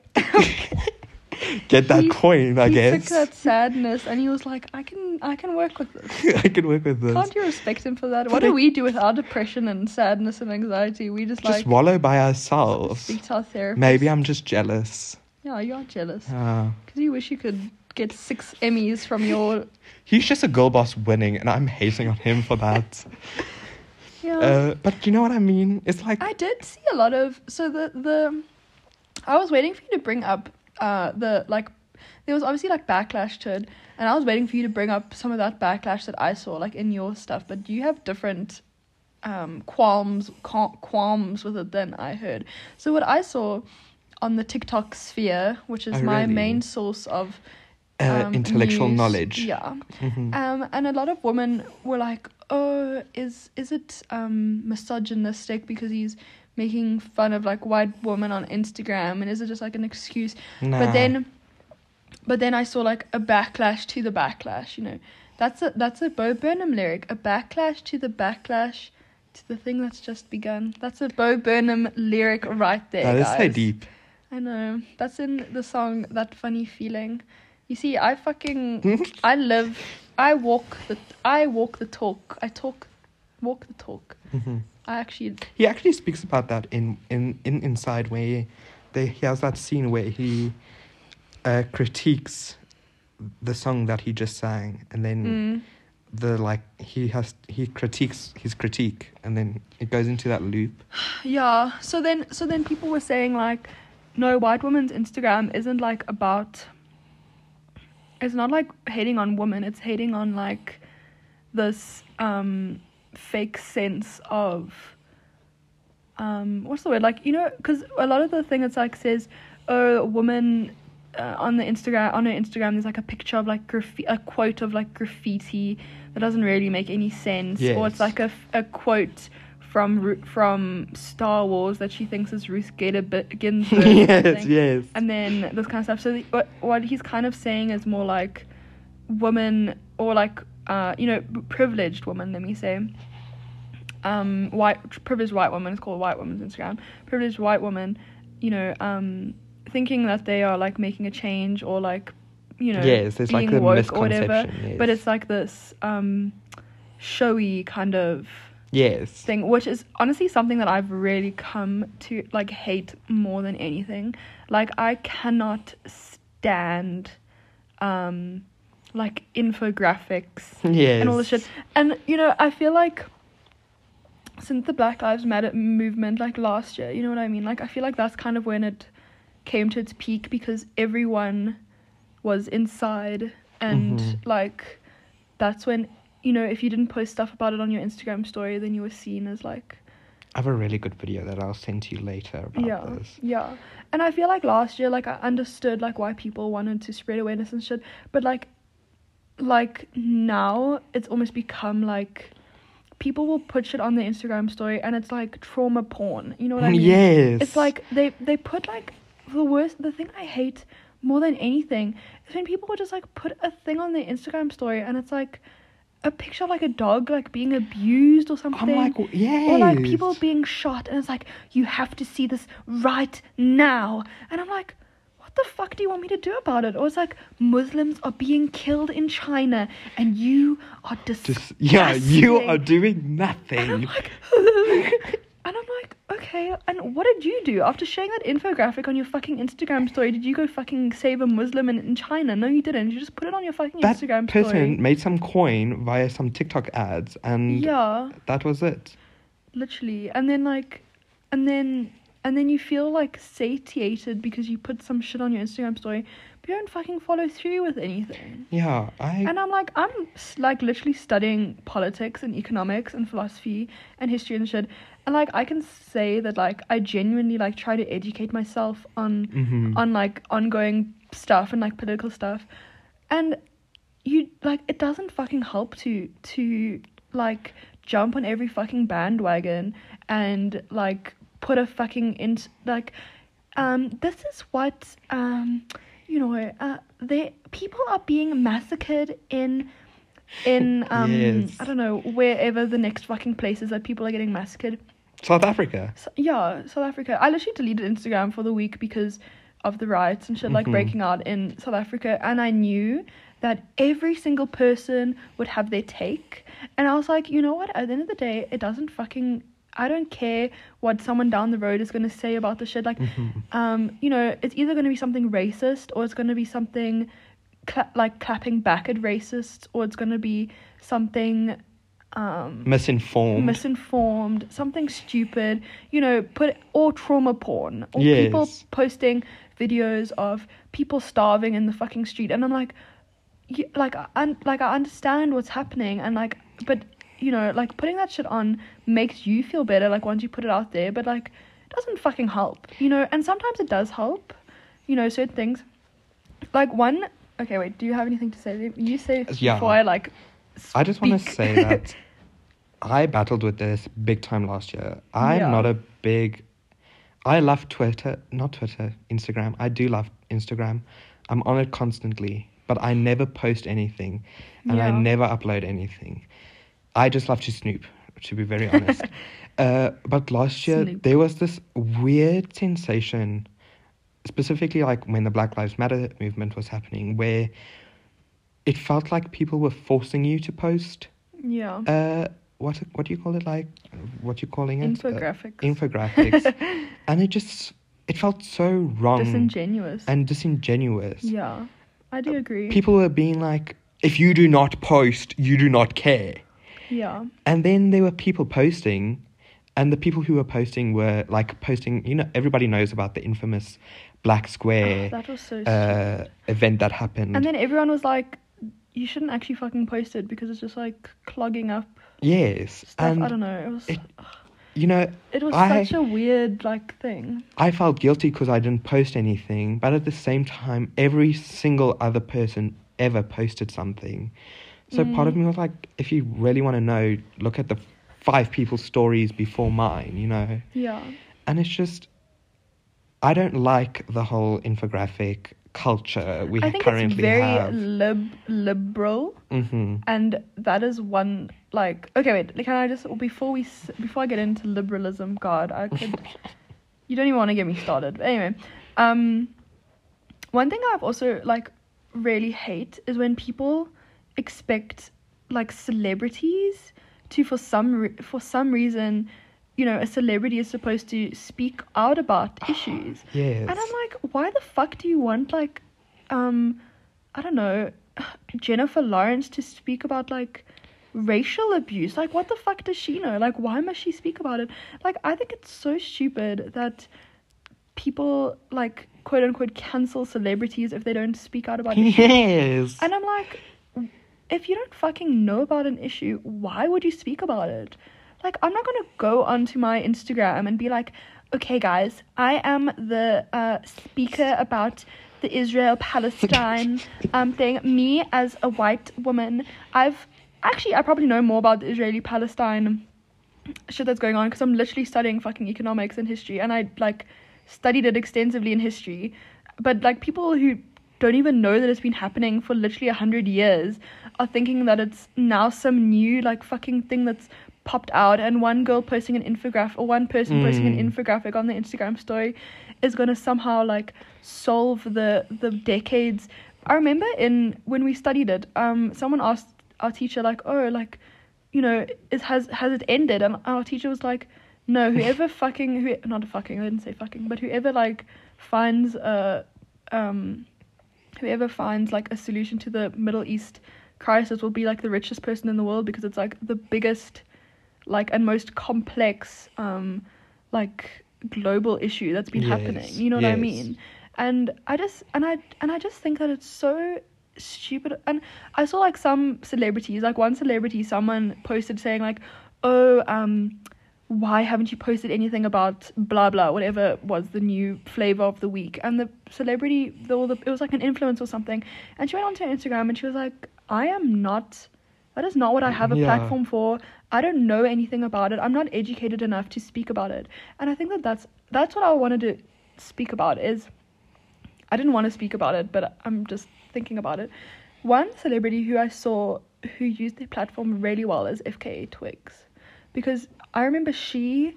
[SPEAKER 1] get that
[SPEAKER 2] He-
[SPEAKER 1] coin, I
[SPEAKER 2] he
[SPEAKER 1] guess?
[SPEAKER 2] took that sadness, and he was like, "I can, I can work with this."
[SPEAKER 1] I could work with this.
[SPEAKER 2] Can't you respect him for that?
[SPEAKER 1] But
[SPEAKER 2] What do
[SPEAKER 1] it-
[SPEAKER 2] we do with our depression and sadness and anxiety? We just,
[SPEAKER 1] just
[SPEAKER 2] like
[SPEAKER 1] wallow by ourselves.
[SPEAKER 2] speak to our therapist.
[SPEAKER 1] Maybe I'm just jealous.
[SPEAKER 2] Yeah, you are jealous
[SPEAKER 1] Ah.
[SPEAKER 2] because you wish you could get six Emmys from your.
[SPEAKER 1] he's just a girl boss winning, and I'm hating on him for that.
[SPEAKER 2] Yeah.
[SPEAKER 1] uh, but you know what I mean? It's like.
[SPEAKER 2] I did see a lot of so the the. I was waiting for you to bring up uh the like. There was obviously like backlash to it, and I was waiting for you to bring up some of that backlash that I saw like in your stuff. But you have different um, qualms qual- qualms with it than I heard. So what I saw on the TikTok sphere, which is
[SPEAKER 1] Oh,
[SPEAKER 2] my
[SPEAKER 1] really?
[SPEAKER 2] main source of
[SPEAKER 1] Uh,
[SPEAKER 2] um,
[SPEAKER 1] intellectual
[SPEAKER 2] news-
[SPEAKER 1] knowledge.
[SPEAKER 2] yeah,
[SPEAKER 1] Mhm.
[SPEAKER 2] um, and a lot of women were like, "Oh, is is it um, misogynistic because he's making fun of like white women on Instagram, and is it just like an excuse?"
[SPEAKER 1] Nah.
[SPEAKER 2] But then, but then I saw like a backlash to the backlash. You know, that's a that's a Bo Burnham lyric. A backlash to the backlash to the thing that's just begun. That's a Bo Burnham lyric right there.
[SPEAKER 1] that is
[SPEAKER 2] guys.
[SPEAKER 1] so deep.
[SPEAKER 2] I know. That's in the song That Funny Feeling. You see, I
[SPEAKER 1] Hmm.
[SPEAKER 2] fucking I live I walk the I walk the talk. I talk walk the talk.
[SPEAKER 1] hmm
[SPEAKER 2] I actually
[SPEAKER 1] He actually speaks about that in in, in Inside, where they, he has that scene where he uh, critiques the song that he just sang, and then
[SPEAKER 2] mm,
[SPEAKER 1] the like he has he critiques his critique, and then it goes into that loop.
[SPEAKER 2] Yeah. So then so then people were saying like no, white woman's Instagram isn't like about it's not like hating on women, it's hating on like this um fake sense of um what's the word like you know because a lot of the thing that's like says oh a woman uh, on the instagram on her instagram there's like a picture of like graffiti a quote of like graffiti that doesn't really make any sense or
[SPEAKER 1] Yes.
[SPEAKER 2] it's like a, f- a quote from Ru- from star wars that she thinks is ruth Gator Bi- ginsburg or
[SPEAKER 1] yes,
[SPEAKER 2] something
[SPEAKER 1] yes.
[SPEAKER 2] and then this kind of stuff. So the, what what he's kind of saying is more like women or like uh you know privileged women. Let me say. Um, white privileged white woman It's called white woman's Instagram. Privileged white woman, you know, um, thinking that they are like making a change or like, you know,
[SPEAKER 1] yes, there's like the
[SPEAKER 2] being woke or
[SPEAKER 1] misconception.
[SPEAKER 2] whatever.
[SPEAKER 1] yes.
[SPEAKER 2] But it's like this um, showy kind of
[SPEAKER 1] yes.
[SPEAKER 2] thing, which is honestly something that I've really come to like hate more than anything. Like I cannot stand um like infographics
[SPEAKER 1] yes.
[SPEAKER 2] and all this shit. And you know, I feel like since the Black Lives Matter movement, like last year, you know what I mean? Like I feel like that's kind of when it came to its peak because everyone was inside and
[SPEAKER 1] Mhm.
[SPEAKER 2] like that's when you know if you didn't post stuff about it on your Instagram story, then you were seen as like
[SPEAKER 1] I have a really good video that I'll send to you later about
[SPEAKER 2] yeah
[SPEAKER 1] this.
[SPEAKER 2] yeah and i feel like last year like i understood like why people wanted to spread awareness and shit but like like now it's almost become like people will put shit on their instagram story and it's like trauma porn you know what i mean
[SPEAKER 1] yes.
[SPEAKER 2] it's like they they put like the worst the thing i hate more than anything is when people will just like put a thing on their instagram story and it's like a picture of like a dog like being abused or something
[SPEAKER 1] I'm like, w- yes.
[SPEAKER 2] or like people being shot, and it's like, you have to see this right now. And I'm like, what the fuck do you want me to do about it? Or it's like, Muslims are being killed in China, and you are disgusting.
[SPEAKER 1] Just, yeah, you are doing nothing.
[SPEAKER 2] And I'm like, and I'm like, okay, and what did you do? After sharing that infographic on your fucking Instagram story, did you go fucking save a Muslim in, in China? No, you didn't. You just put it on your fucking
[SPEAKER 1] that
[SPEAKER 2] Instagram
[SPEAKER 1] person
[SPEAKER 2] story.
[SPEAKER 1] made some coin via some TikTok ads, and
[SPEAKER 2] Yeah.
[SPEAKER 1] that was it.
[SPEAKER 2] literally and then like and then and then you feel like satiated because you put some shit on your instagram story but you don't fucking follow through with anything
[SPEAKER 1] Yeah, I.
[SPEAKER 2] and i'm like i'm s- like literally studying politics and economics and philosophy and history and shit and like i can say that like i genuinely like try to educate myself on
[SPEAKER 1] Mhm.
[SPEAKER 2] on like ongoing stuff and like political stuff and you like it doesn't fucking help to to like jump on every fucking bandwagon and like put a fucking in like um this is what um you know uh they people are being massacred in in um
[SPEAKER 1] Yes.
[SPEAKER 2] i don't know wherever the next fucking place is that people are getting massacred
[SPEAKER 1] South Africa.
[SPEAKER 2] so, yeah, South Africa. I literally deleted Instagram for the week because of the riots and shit like
[SPEAKER 1] Mhm.
[SPEAKER 2] breaking out in South Africa, and I knew that every single person would have their take, and I was like, you know what? At the end of the day, it doesn't fucking. I don't care what someone down the road is gonna say about the shit. Like,
[SPEAKER 1] Mhm.
[SPEAKER 2] um, you know, it's either gonna be something racist or it's gonna be something cla- like clapping back at racists or it's gonna be something. Um,
[SPEAKER 1] Misinformed.
[SPEAKER 2] misinformed, something stupid, you know, put or trauma porn or people
[SPEAKER 1] Yes.
[SPEAKER 2] posting videos of people starving in the fucking street, and I'm like, you, like I un- like I understand what's happening, and like, but you know, like putting that shit on makes you feel better, like once you put it out there, but like it doesn't fucking help, you know, and sometimes it does help, you know, certain things, like one. Okay, wait. Do you have anything to say? You say
[SPEAKER 1] Yeah.
[SPEAKER 2] before I like.
[SPEAKER 1] I just want to
[SPEAKER 2] speak.
[SPEAKER 1] say that I battled with this big time last year. I'm
[SPEAKER 2] Yeah.
[SPEAKER 1] not a big. I love Twitter, not Twitter, Instagram. I do love Instagram. I'm on it constantly, but I never post anything and I
[SPEAKER 2] Yeah.
[SPEAKER 1] never upload anything. I just love to snoop, to be very honest. uh, but last year,
[SPEAKER 2] Snoop.
[SPEAKER 1] there was this weird sensation, specifically like when the Black Lives Matter movement was happening, where it felt like people were forcing you to post
[SPEAKER 2] yeah.
[SPEAKER 1] uh what what do you call it like what you calling it Uh,
[SPEAKER 2] Infographics.
[SPEAKER 1] infographics and it just it felt so wrong
[SPEAKER 2] disingenuous.
[SPEAKER 1] and disingenuous
[SPEAKER 2] yeah, I do agree.
[SPEAKER 1] people were being like if you do not post you do not care
[SPEAKER 2] yeah,
[SPEAKER 1] and then there were people posting and the people who were posting were like posting you know everybody knows about the infamous black
[SPEAKER 2] Ah,
[SPEAKER 1] square
[SPEAKER 2] that was so.
[SPEAKER 1] uh,
[SPEAKER 2] stupid.
[SPEAKER 1] event that happened
[SPEAKER 2] and then everyone was like, "You shouldn't actually fucking post it because it's just like clogging up
[SPEAKER 1] Yes,
[SPEAKER 2] stuff. I
[SPEAKER 1] and
[SPEAKER 2] don't know. It was
[SPEAKER 1] it-
[SPEAKER 2] it,
[SPEAKER 1] you know,
[SPEAKER 2] was
[SPEAKER 1] I-
[SPEAKER 2] such a weird like thing.
[SPEAKER 1] I felt guilty because I didn't post anything, but at the same time, every single other person ever posted something. So part of
[SPEAKER 2] Mm.
[SPEAKER 1] me was like, if you really want to know, look at the five people's stories before mine, you know?
[SPEAKER 2] Yeah.
[SPEAKER 1] And it's just, I don't like the whole infographic culture we
[SPEAKER 2] I think it's
[SPEAKER 1] currently
[SPEAKER 2] very
[SPEAKER 1] have.
[SPEAKER 2] lib- liberal,
[SPEAKER 1] mm-hmm.
[SPEAKER 2] and that is one like. Okay, wait. Can I just before we s- before I get into liberalism? God, I could. you don't even want to get me started. But anyway, um, one thing I've also like really hate is when people expect like celebrities to for some re- for some reason, you know, a celebrity is supposed to speak out about issues.
[SPEAKER 1] Yes.
[SPEAKER 2] And I'm like, why the fuck do you want like, um, I don't know, Jennifer Lawrence to speak about like racial abuse? Like, what the fuck does she know? Like, why must she speak about it? Like, I think it's so stupid that people like quote unquote cancel celebrities if they don't speak out about issues.
[SPEAKER 1] yes.
[SPEAKER 2] And I'm like, if you don't fucking know about an issue, why would you speak about it? Like, I'm not gonna go onto my Instagram and be like, okay, guys, I am the uh, speaker about the Israel Palestine um, thing. Me, as a white woman, I've actually, I probably know more about the Israeli Palestine shit that's going on because I'm literally studying fucking economics and history, and I like studied it extensively in history. But like people who don't even know that it's been happening for literally a hundred years are thinking that it's now some new like fucking thing that's popped out, and one girl posting an infographic or one person posting an
[SPEAKER 1] Mm.
[SPEAKER 2] infographic on their Instagram story is gonna somehow like solve the the decades. I remember in when we studied it, um, someone asked our teacher like, oh, like you know, it has has it ended? And our teacher was like, no, whoever fucking who not fucking I didn't say fucking, but whoever like finds a um whoever finds like a solution to the Middle East crisis will be like the richest person in the world because it's like the biggest like and most complex um like global issue that's been
[SPEAKER 1] Yes,
[SPEAKER 2] happening. You know what I
[SPEAKER 1] yes.
[SPEAKER 2] mean? And I just and I and I just think that it's so stupid and I saw like some celebrities, like one celebrity, someone posted saying like, "Oh, um, why haven't you posted anything about blah blah, whatever was the new flavor of the week?" And the celebrity, the, or the it was like an influence or something, and she went onto her Instagram and she was like, "I am not." That is not what I have a
[SPEAKER 1] Yeah.
[SPEAKER 2] platform for. I don't know anything about it. I'm not educated enough to speak about it. And I think that that's that's what I wanted to speak about is I didn't want to speak about it, but I'm just thinking about it. One celebrity who I saw who used their platform really well is FKA Twigs. Because I remember she,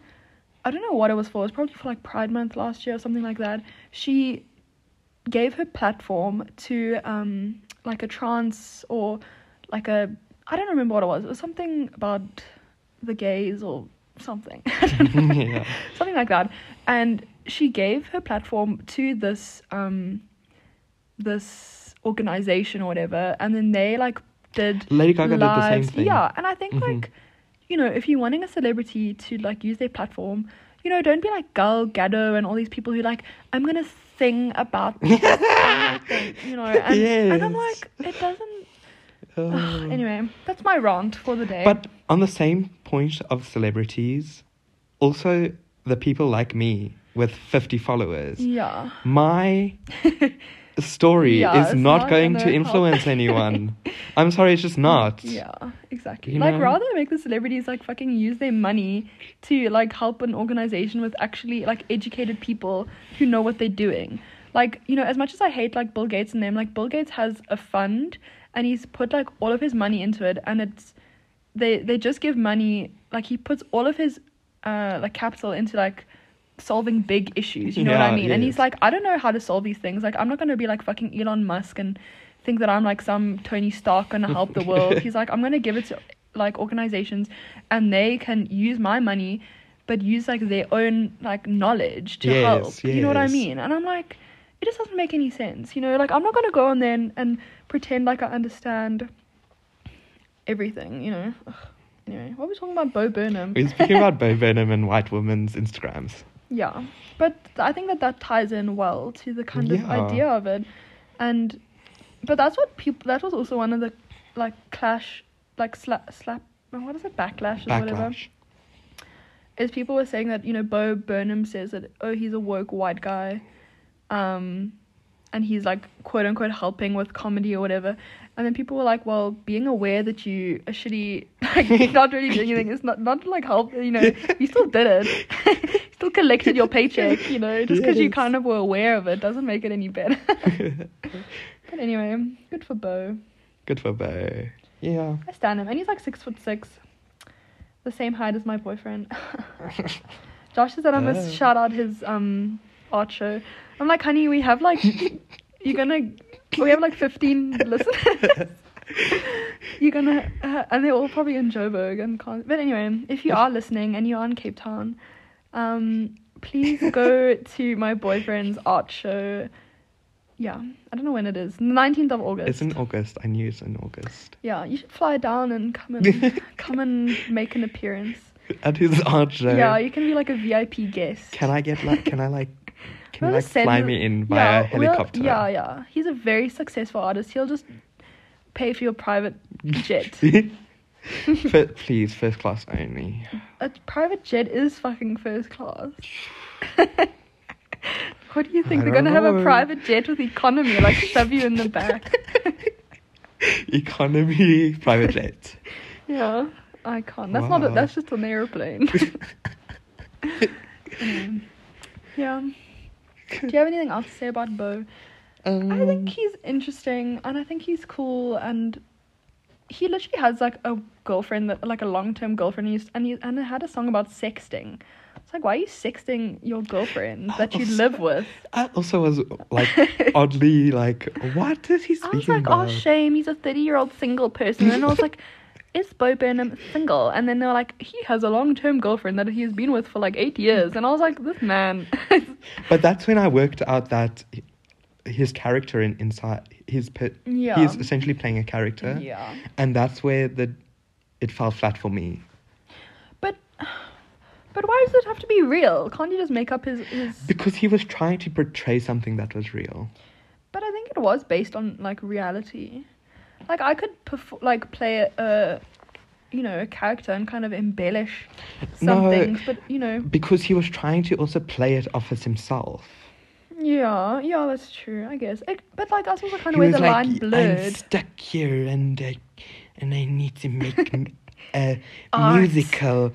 [SPEAKER 2] I don't know what it was for, it was probably for like Pride Month last year or something like that. She gave her platform to um, like a trans or like a, I don't remember what it was, it was something about the gays or something. I don't know
[SPEAKER 1] yeah.
[SPEAKER 2] something like that. And she gave her platform to this um this organization or whatever, and then they like did
[SPEAKER 1] Lady Gaga did the same
[SPEAKER 2] lives.
[SPEAKER 1] thing.
[SPEAKER 2] Yeah, and I think
[SPEAKER 1] Mhm.
[SPEAKER 2] like you know, if you're wanting a celebrity to like use their platform, you know, don't be like Gal Gadot and all these people who like I'm gonna sing about this thing, you know, and, and
[SPEAKER 1] Yes.
[SPEAKER 2] I'm like it doesn't.
[SPEAKER 1] Oh.
[SPEAKER 2] anyway, that's my rant for the day.
[SPEAKER 1] But on the same point of celebrities, also the people like me with 50 followers,
[SPEAKER 2] yeah,
[SPEAKER 1] my story
[SPEAKER 2] Yeah,
[SPEAKER 1] is
[SPEAKER 2] it's
[SPEAKER 1] not,
[SPEAKER 2] not
[SPEAKER 1] going to
[SPEAKER 2] gonna
[SPEAKER 1] influence
[SPEAKER 2] help.
[SPEAKER 1] anyone. I'm sorry, it's just not.
[SPEAKER 2] Yeah, exactly.
[SPEAKER 1] You
[SPEAKER 2] like
[SPEAKER 1] know?
[SPEAKER 2] rather make the celebrities like fucking use their money to like help an organization with actually like educated people who know what they're doing. Like, you know, as much as I hate like Bill Gates and them, like Bill Gates has a fund and he's put like all of his money into it and it's they they just give money like he puts all of his uh like capital into like solving big issues you know what i
[SPEAKER 1] Yeah,
[SPEAKER 2] mean and he's
[SPEAKER 1] yes.
[SPEAKER 2] like i don't know how to solve these things like i'm not going to be like fucking elon musk and think that i'm like some tony stark going to help the world he's like i'm going to give it to like organizations and they can use my money but use like their own like knowledge to
[SPEAKER 1] Yes,
[SPEAKER 2] help you know what i
[SPEAKER 1] yes.
[SPEAKER 2] mean and i'm like it just doesn't make any sense you know like i'm not going to go on there and, and pretend like i understand everything, you know. Ugh. Anyway, what were we talking about? Bo Burnham.
[SPEAKER 1] We're speaking about Bo Burnham and white women's Instagrams.
[SPEAKER 2] yeah, but I think that that ties in well to the kind of
[SPEAKER 1] Yeah.
[SPEAKER 2] idea of it, and but that's what people. That was also one of the like clash, like slap slap no, what is it, backlash or whatever?
[SPEAKER 1] Backlash.
[SPEAKER 2] Is people were saying that, you know, Bo Burnham says that, oh, he's a woke white guy. Um, and he's like, quote unquote, helping with comedy or whatever. And then people were like, well, being aware that you are shitty, like, not really doing anything, it's not, not like help, you know, you still did it. You still collected your paycheck, you know, just because you
[SPEAKER 1] Yes.
[SPEAKER 2] kind of were aware of it doesn't make it any better. but anyway, good for Bo.
[SPEAKER 1] Good for Bo. Yeah.
[SPEAKER 2] I stand him, and he's like six foot six, the same height as my boyfriend. Josh said I must
[SPEAKER 1] Oh.
[SPEAKER 2] shout out his um art show. I'm like, honey, we have like, you're gonna, we have like 15 listeners. you're gonna, uh, and they're all probably in Joburg and can't. But anyway, if you are listening and you are in Cape Town, um, please go to my boyfriend's art show. Yeah, I don't know when it is. 19th of August.
[SPEAKER 1] It's in August. I knew it's in August.
[SPEAKER 2] Yeah, you should fly down and come and come and make an appearance.
[SPEAKER 1] At his art show.
[SPEAKER 2] Yeah, you can be like a VIP guest.
[SPEAKER 1] Can I get like? Can I like? Can you
[SPEAKER 2] We'll
[SPEAKER 1] like
[SPEAKER 2] just send
[SPEAKER 1] fly
[SPEAKER 2] you-
[SPEAKER 1] me in
[SPEAKER 2] yeah,
[SPEAKER 1] via
[SPEAKER 2] we'll-
[SPEAKER 1] helicopter?
[SPEAKER 2] Yeah, yeah. He's a very successful artist. He'll just pay for your private jet.
[SPEAKER 1] Fir- please, first class only.
[SPEAKER 2] a private jet is fucking first class. what do you think?
[SPEAKER 1] I
[SPEAKER 2] They're gonna
[SPEAKER 1] don't
[SPEAKER 2] have a
[SPEAKER 1] know.
[SPEAKER 2] private jet with economy, like shove you in the back.
[SPEAKER 1] Economy private jet.
[SPEAKER 2] Yeah, I can't. That's not. A,
[SPEAKER 1] Wow.
[SPEAKER 2] that's just an airplane. Um, yeah. Do you have anything else to say about Bo?
[SPEAKER 1] Um,
[SPEAKER 2] I think he's interesting, and I think he's cool, and he literally has like a girlfriend that like a long term girlfriend, and he, and he and it had a song about sexting. It's like, why are you sexting your girlfriend that you
[SPEAKER 1] Also-
[SPEAKER 2] live with?
[SPEAKER 1] I also was like oddly like, what is he
[SPEAKER 2] I was
[SPEAKER 1] speaking
[SPEAKER 2] like,
[SPEAKER 1] about?
[SPEAKER 2] oh shame, he's a thirty year old single person, and I was like. Is Bo Burnham single? And then they were like, he has a long term girlfriend that he has been with for like eight years. And I was like, this man.
[SPEAKER 1] But that's when I worked out that h- his character in inside his pe-
[SPEAKER 2] Yeah.
[SPEAKER 1] he's essentially playing a character,
[SPEAKER 2] yeah.
[SPEAKER 1] and that's where the it fell flat for me.
[SPEAKER 2] But but why does it have to be real? Can't you just make up his, his
[SPEAKER 1] Because he was trying to portray something that was real.
[SPEAKER 2] But I think it was based on like reality. Like I could perf- like play a you know, a character and kind of embellish some
[SPEAKER 1] No.
[SPEAKER 2] things, but you know,
[SPEAKER 1] Because he was trying to also play it off as himself.
[SPEAKER 2] yeah, yeah, that's true, I guess. It, but like that's also
[SPEAKER 1] he
[SPEAKER 2] kind of where
[SPEAKER 1] was
[SPEAKER 2] the
[SPEAKER 1] like,
[SPEAKER 2] line
[SPEAKER 1] I'm
[SPEAKER 2] blurred.
[SPEAKER 1] stuck here and I, and I need to make m- a
[SPEAKER 2] Art.
[SPEAKER 1] musical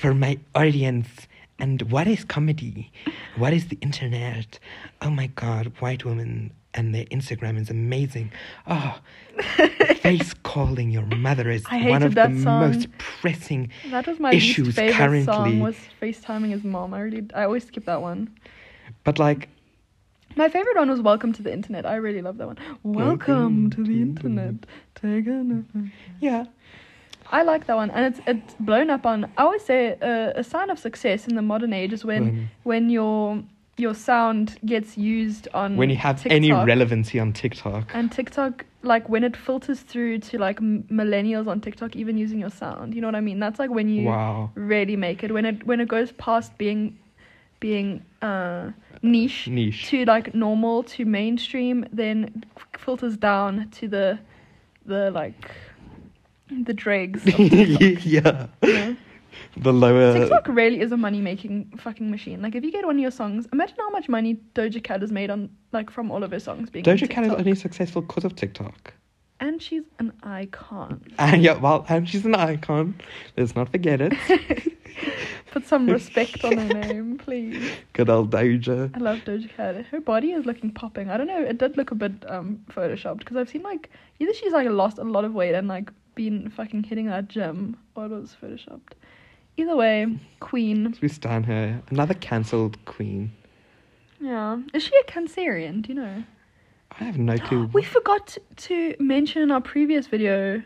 [SPEAKER 1] for my audience. And what is comedy? What is the internet? Oh my God, white women and their Instagram is amazing. Oh, face calling your mother is
[SPEAKER 2] I
[SPEAKER 1] one
[SPEAKER 2] hated
[SPEAKER 1] of
[SPEAKER 2] that
[SPEAKER 1] the
[SPEAKER 2] song.
[SPEAKER 1] most pressing.
[SPEAKER 2] That was my
[SPEAKER 1] issues
[SPEAKER 2] least favorite song
[SPEAKER 1] currently.
[SPEAKER 2] was FaceTiming his mom. I really I always skip that one.
[SPEAKER 1] But like,
[SPEAKER 2] My favorite one was Welcome to the Internet. I really love that one. Welcome,
[SPEAKER 1] Welcome
[SPEAKER 2] to the
[SPEAKER 1] to
[SPEAKER 2] Internet. Take a look.
[SPEAKER 1] yeah,
[SPEAKER 2] I like that one, and it's it's blown up on. I always say uh, a sign of success in the modern age is when
[SPEAKER 1] When-
[SPEAKER 2] when your your sound gets used on
[SPEAKER 1] when you have any
[SPEAKER 2] Mm, TikTok.
[SPEAKER 1] relevancy on TikTok.
[SPEAKER 2] and TikTok like when it filters through to like m- millennials on TikTok even using your sound. You know what I mean? That's like when you
[SPEAKER 1] Wow.
[SPEAKER 2] really make it when it when it goes past being being uh niche
[SPEAKER 1] Niche.
[SPEAKER 2] to like normal to mainstream then f- filters down to the the like the dregs of
[SPEAKER 1] yeah.
[SPEAKER 2] you know?
[SPEAKER 1] The lower.
[SPEAKER 2] TikTok really is a money making fucking machine. Like if you get one of your songs, imagine how much money Doja Cat has made on like from all of her songs being on
[SPEAKER 1] Doja Cat is
[SPEAKER 2] TikTok.
[SPEAKER 1] only successful because of TikTok.
[SPEAKER 2] and she's an icon.
[SPEAKER 1] And yeah, well, and she's an icon. Let's not forget it.
[SPEAKER 2] Put some respect on her name, please.
[SPEAKER 1] Good old Doja.
[SPEAKER 2] I love Doja Cat. Her body is looking popping. I don't know. It did look a bit um photoshopped because I've seen like either she's like lost a lot of weight and like been fucking hitting that gym, or it was photoshopped. Either way, Queen.
[SPEAKER 1] We stand her. Another cancelled queen.
[SPEAKER 2] Yeah, is she a Cancerian? Do you know?
[SPEAKER 1] I have no clue.
[SPEAKER 2] We forgot to mention in our previous video,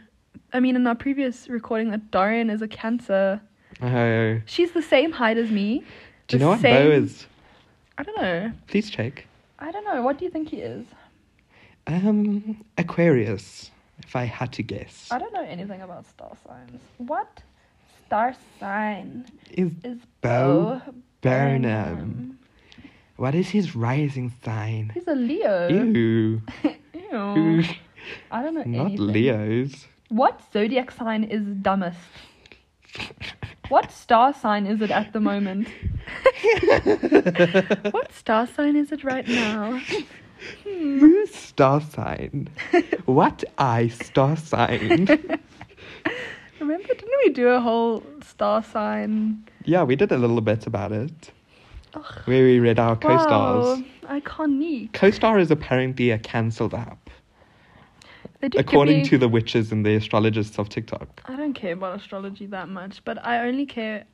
[SPEAKER 2] I mean, in our previous recording, that Dorian is a Cancer.
[SPEAKER 1] Oh.
[SPEAKER 2] She's the same height as me.
[SPEAKER 1] Do you
[SPEAKER 2] the
[SPEAKER 1] know what Bo
[SPEAKER 2] same-
[SPEAKER 1] is?
[SPEAKER 2] I don't know.
[SPEAKER 1] Please check.
[SPEAKER 2] I don't know. What do you think he is?
[SPEAKER 1] Um, Aquarius. If I had to guess,
[SPEAKER 2] I don't know anything about star signs. What star sign Oh,
[SPEAKER 1] is
[SPEAKER 2] is
[SPEAKER 1] Bo
[SPEAKER 2] Bo
[SPEAKER 1] Burnham. What is his rising sign?
[SPEAKER 2] He's a Leo.
[SPEAKER 1] Ew.
[SPEAKER 2] Ew.
[SPEAKER 1] Ew.
[SPEAKER 2] I don't know
[SPEAKER 1] Not
[SPEAKER 2] anything.
[SPEAKER 1] Leo's.
[SPEAKER 2] What zodiac sign is dumbest? What star sign is it at the moment? what star sign is it right now?
[SPEAKER 1] Who star sign? what I star sign?
[SPEAKER 2] Remember, didn't we do a whole star sign?
[SPEAKER 1] yeah, we did a little bit about it. Where we read our co-stars.
[SPEAKER 2] Wow, iconic.
[SPEAKER 1] Co-star is apparently a cancelled app,
[SPEAKER 2] They do give
[SPEAKER 1] according
[SPEAKER 2] me-
[SPEAKER 1] to the witches and the astrologists of TikTok.
[SPEAKER 2] I don't care about astrology that much, but I only care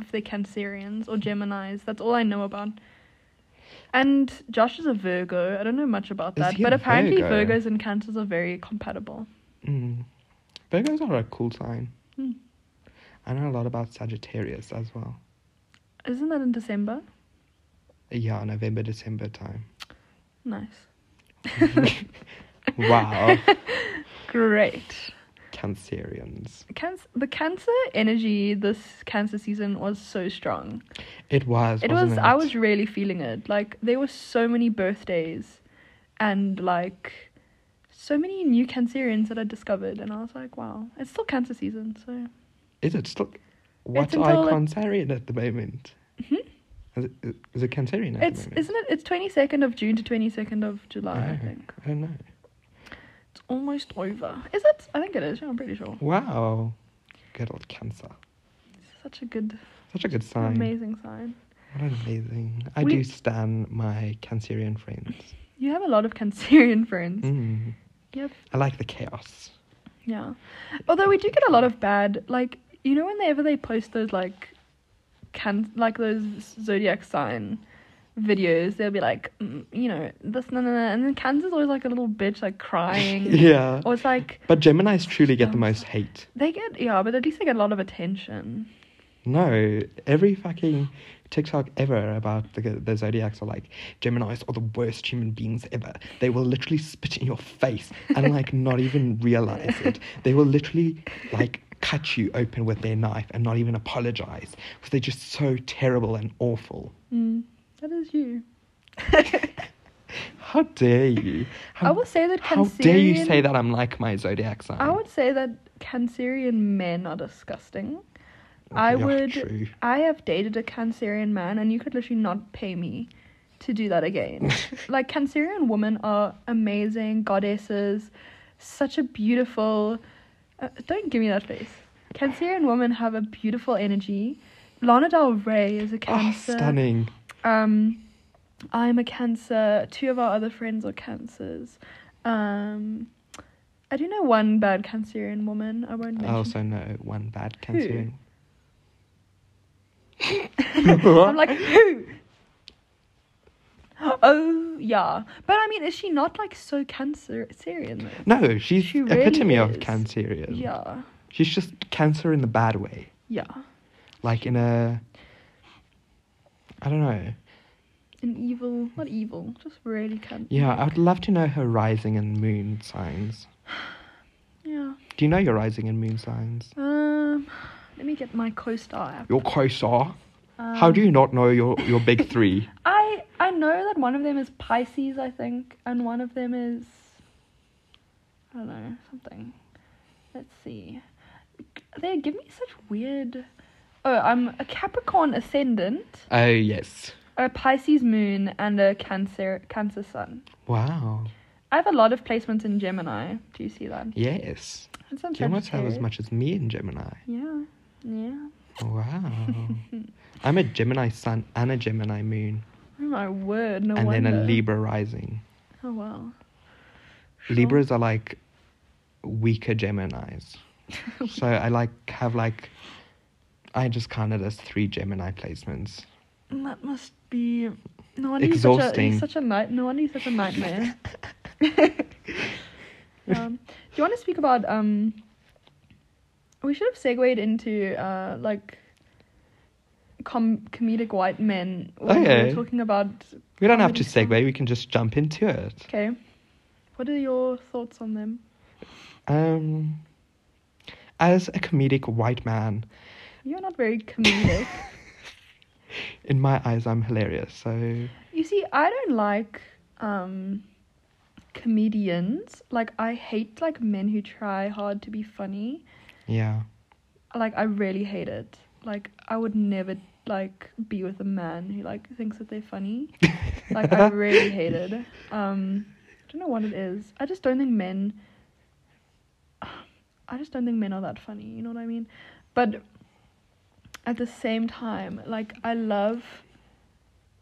[SPEAKER 2] if they're Cancerians or Geminis. That's all I know about. And Josh is a Virgo. I don't know much about
[SPEAKER 1] Is
[SPEAKER 2] that,
[SPEAKER 1] he a
[SPEAKER 2] but apparently
[SPEAKER 1] Virgo?
[SPEAKER 2] Virgos and Cancers are very compatible.
[SPEAKER 1] Mm. Virgos are a cool sign.
[SPEAKER 2] Hmm.
[SPEAKER 1] I know a lot about Sagittarius as well.
[SPEAKER 2] Isn't that in December?
[SPEAKER 1] Yeah, November, December time.
[SPEAKER 2] Nice.
[SPEAKER 1] Wow.
[SPEAKER 2] Great.
[SPEAKER 1] Cancerians.
[SPEAKER 2] Cancer, the Cancer energy this Cancer season was so strong.
[SPEAKER 1] It was.
[SPEAKER 2] it
[SPEAKER 1] wasn't
[SPEAKER 2] was i was really feeling it like there were so many birthdays and like so many new cancerians that i discovered and i was like wow it's still cancer season so Mm-hmm.
[SPEAKER 1] Is it still? What
[SPEAKER 2] until
[SPEAKER 1] are
[SPEAKER 2] it-
[SPEAKER 1] Cancerian at the moment? Is it, is it Cancerian at
[SPEAKER 2] it's
[SPEAKER 1] the moment?
[SPEAKER 2] isn't it it's 22nd of june to 22nd of july i
[SPEAKER 1] Oh.
[SPEAKER 2] think
[SPEAKER 1] I don't know.
[SPEAKER 2] it's almost over is it i think it is yeah, i'm pretty sure
[SPEAKER 1] Wow. Good old Cancer.
[SPEAKER 2] such a good
[SPEAKER 1] Such a good sign.
[SPEAKER 2] amazing sign
[SPEAKER 1] What an amazing. I
[SPEAKER 2] We-
[SPEAKER 1] do stan my Cancerian friends.
[SPEAKER 2] you have a lot of cancerian friends
[SPEAKER 1] Mm.
[SPEAKER 2] you have
[SPEAKER 1] I like the chaos.
[SPEAKER 2] Yeah. Although we do get a lot of bad, like you know, whenever they post those like, can like those zodiac sign videos, they'll be like, mm, you know, this no no no, and then Cancer's always like a little bitch, like crying.
[SPEAKER 1] Yeah.
[SPEAKER 2] Or it's like
[SPEAKER 1] But Geminis truly get the
[SPEAKER 2] Um,
[SPEAKER 1] most hate.
[SPEAKER 2] they get yeah, but at least they get a lot of attention.
[SPEAKER 1] No, every fucking TikTok ever about the the zodiacs are like Gemini's are the worst human beings ever. They will literally spit in your face and like not even realize it. They will literally like cut you open with their knife and not even apologize because they're just so terrible and awful.
[SPEAKER 2] Mm, that is you.
[SPEAKER 1] How dare you? How,
[SPEAKER 2] I would say that
[SPEAKER 1] how dare you
[SPEAKER 2] Cancerian-
[SPEAKER 1] say that I'm like my zodiac sign?
[SPEAKER 2] I would say that Cancerian men are disgusting. I
[SPEAKER 1] Yeah,
[SPEAKER 2] would.
[SPEAKER 1] true.
[SPEAKER 2] I have dated a Cancerian man, and you could literally not pay me to do that again. like Cancerian women are amazing goddesses, such a beautiful. Uh, don't give me that face. Cancerian women have a beautiful energy. Lana Del Rey is a
[SPEAKER 1] Oh,
[SPEAKER 2] Cancer.
[SPEAKER 1] stunning.
[SPEAKER 2] Um, I'm a Cancer. Two of our other friends are Cancers. Um, I do know one bad Cancerian woman. I won't
[SPEAKER 1] I
[SPEAKER 2] mention.
[SPEAKER 1] also know one bad Cancerian.
[SPEAKER 2] I'm like, who? Oh yeah, but I mean, is she not like so Cancerian though?
[SPEAKER 1] No, she's
[SPEAKER 2] She really
[SPEAKER 1] epitome of
[SPEAKER 2] is.
[SPEAKER 1] Cancerian.
[SPEAKER 2] Yeah,
[SPEAKER 1] She's just cancer in the bad way.
[SPEAKER 2] yeah,
[SPEAKER 1] Like in a I don't know.
[SPEAKER 2] an evil, not evil, just really Cancer.
[SPEAKER 1] Yeah, I would love to know her rising and moon signs.
[SPEAKER 2] yeah.
[SPEAKER 1] Do you know your rising and moon signs?
[SPEAKER 2] Um, let me get my co-star app.
[SPEAKER 1] Your quasar?
[SPEAKER 2] Um,
[SPEAKER 1] How do you not know your, your big three?
[SPEAKER 2] I I know that one of them is Pisces, I think, and one of them is I don't know something. Let's see. They give me such weird. Oh, I'm a Capricorn ascendant.
[SPEAKER 1] Oh yes.
[SPEAKER 2] a Pisces moon and a Cancer Cancer sun.
[SPEAKER 1] Wow.
[SPEAKER 2] I have a lot of placements in Gemini. Do you see that?
[SPEAKER 1] Yes.
[SPEAKER 2] It's on
[SPEAKER 1] Do you almost have as
[SPEAKER 2] Sagittarius.
[SPEAKER 1] much as me in Gemini?
[SPEAKER 2] Yeah, yeah.
[SPEAKER 1] Wow. I'm a Gemini sun and a Gemini moon.
[SPEAKER 2] Oh my word! No
[SPEAKER 1] and
[SPEAKER 2] wonder.
[SPEAKER 1] then a Libra rising.
[SPEAKER 2] Oh wow.
[SPEAKER 1] Libras are like weaker Geminis. so I like have like I just counted as three Gemini placements.
[SPEAKER 2] Sure. That must be. No wonder he's such a
[SPEAKER 1] Exhausting.
[SPEAKER 2] he's such a night. No wonder he's such a nightmare. um, do you want to speak about um? We should have segued into uh like. Com- comedic white men. when We
[SPEAKER 1] Okay.
[SPEAKER 2] were talking about
[SPEAKER 1] We don't have to
[SPEAKER 2] Comedy
[SPEAKER 1] segue, we can just jump into it.
[SPEAKER 2] Okay. What are your thoughts on them?
[SPEAKER 1] Um as a comedic white man,
[SPEAKER 2] You're not very comedic.
[SPEAKER 1] in my eyes I'm hilarious. So
[SPEAKER 2] you see, I don't like um comedians. Like I hate like men who try hard to be funny.
[SPEAKER 1] Yeah.
[SPEAKER 2] Like I really hate it. Like I would never like be with a man who like thinks that they're funny. like I really hated. Um I don't know what it is. I just don't think men I just don't think men are that funny, you know what I mean? But at the same time, like I love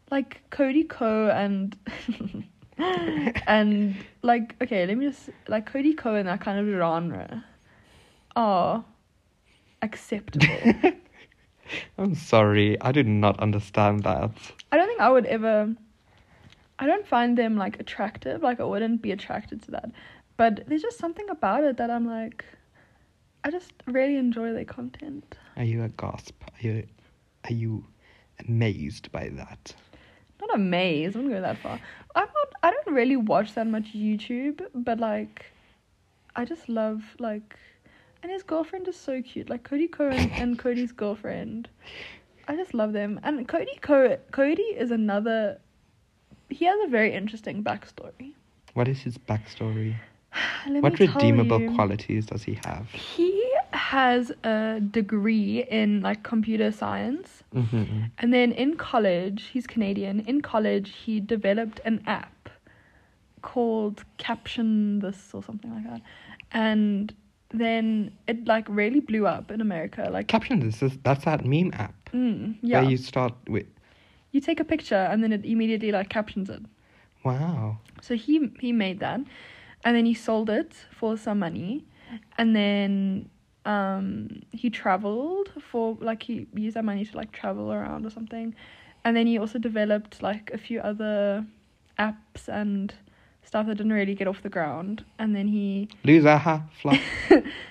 [SPEAKER 2] like Cody Co and and like okay, let me just like Cody Co and that kind of genre are acceptable.
[SPEAKER 1] I'm sorry. I do not understand that.
[SPEAKER 2] I don't think I would ever. I don't find them like attractive. Like I wouldn't be attracted to that. But there's just something about it that I'm like, I just really enjoy their content.
[SPEAKER 1] Are you a gasp? Are you, are you amazed by that?
[SPEAKER 2] Not amazed. I wouldn't go that far. I'm not. I don't really watch that much YouTube, but like, I just love like, and his girlfriend is so cute. Like Cody Co and, and Cody's girlfriend. I just love them. And Cody Co. Cody is another. He has a very interesting backstory.
[SPEAKER 1] What is his backstory?
[SPEAKER 2] Let
[SPEAKER 1] what
[SPEAKER 2] me tell
[SPEAKER 1] redeemable
[SPEAKER 2] you.
[SPEAKER 1] qualities does he have?
[SPEAKER 2] He has a degree in like computer science.
[SPEAKER 1] hmm
[SPEAKER 2] And then in college, he's Canadian. In college, he developed an app called Caption This or something like that. And then it like really blew up in America. Like,
[SPEAKER 1] Caption this is that's that meme app
[SPEAKER 2] mm, yeah,
[SPEAKER 1] where
[SPEAKER 2] you...
[SPEAKER 1] you start with
[SPEAKER 2] take a picture and then it immediately like captions it.
[SPEAKER 1] wow.
[SPEAKER 2] So he he made that, and then he sold it for some money, and then um he traveled for like he used that money to like travel around or something, and then he also developed like a few other apps and stuff that didn't really get off the ground, and then he
[SPEAKER 1] Loser ha flop.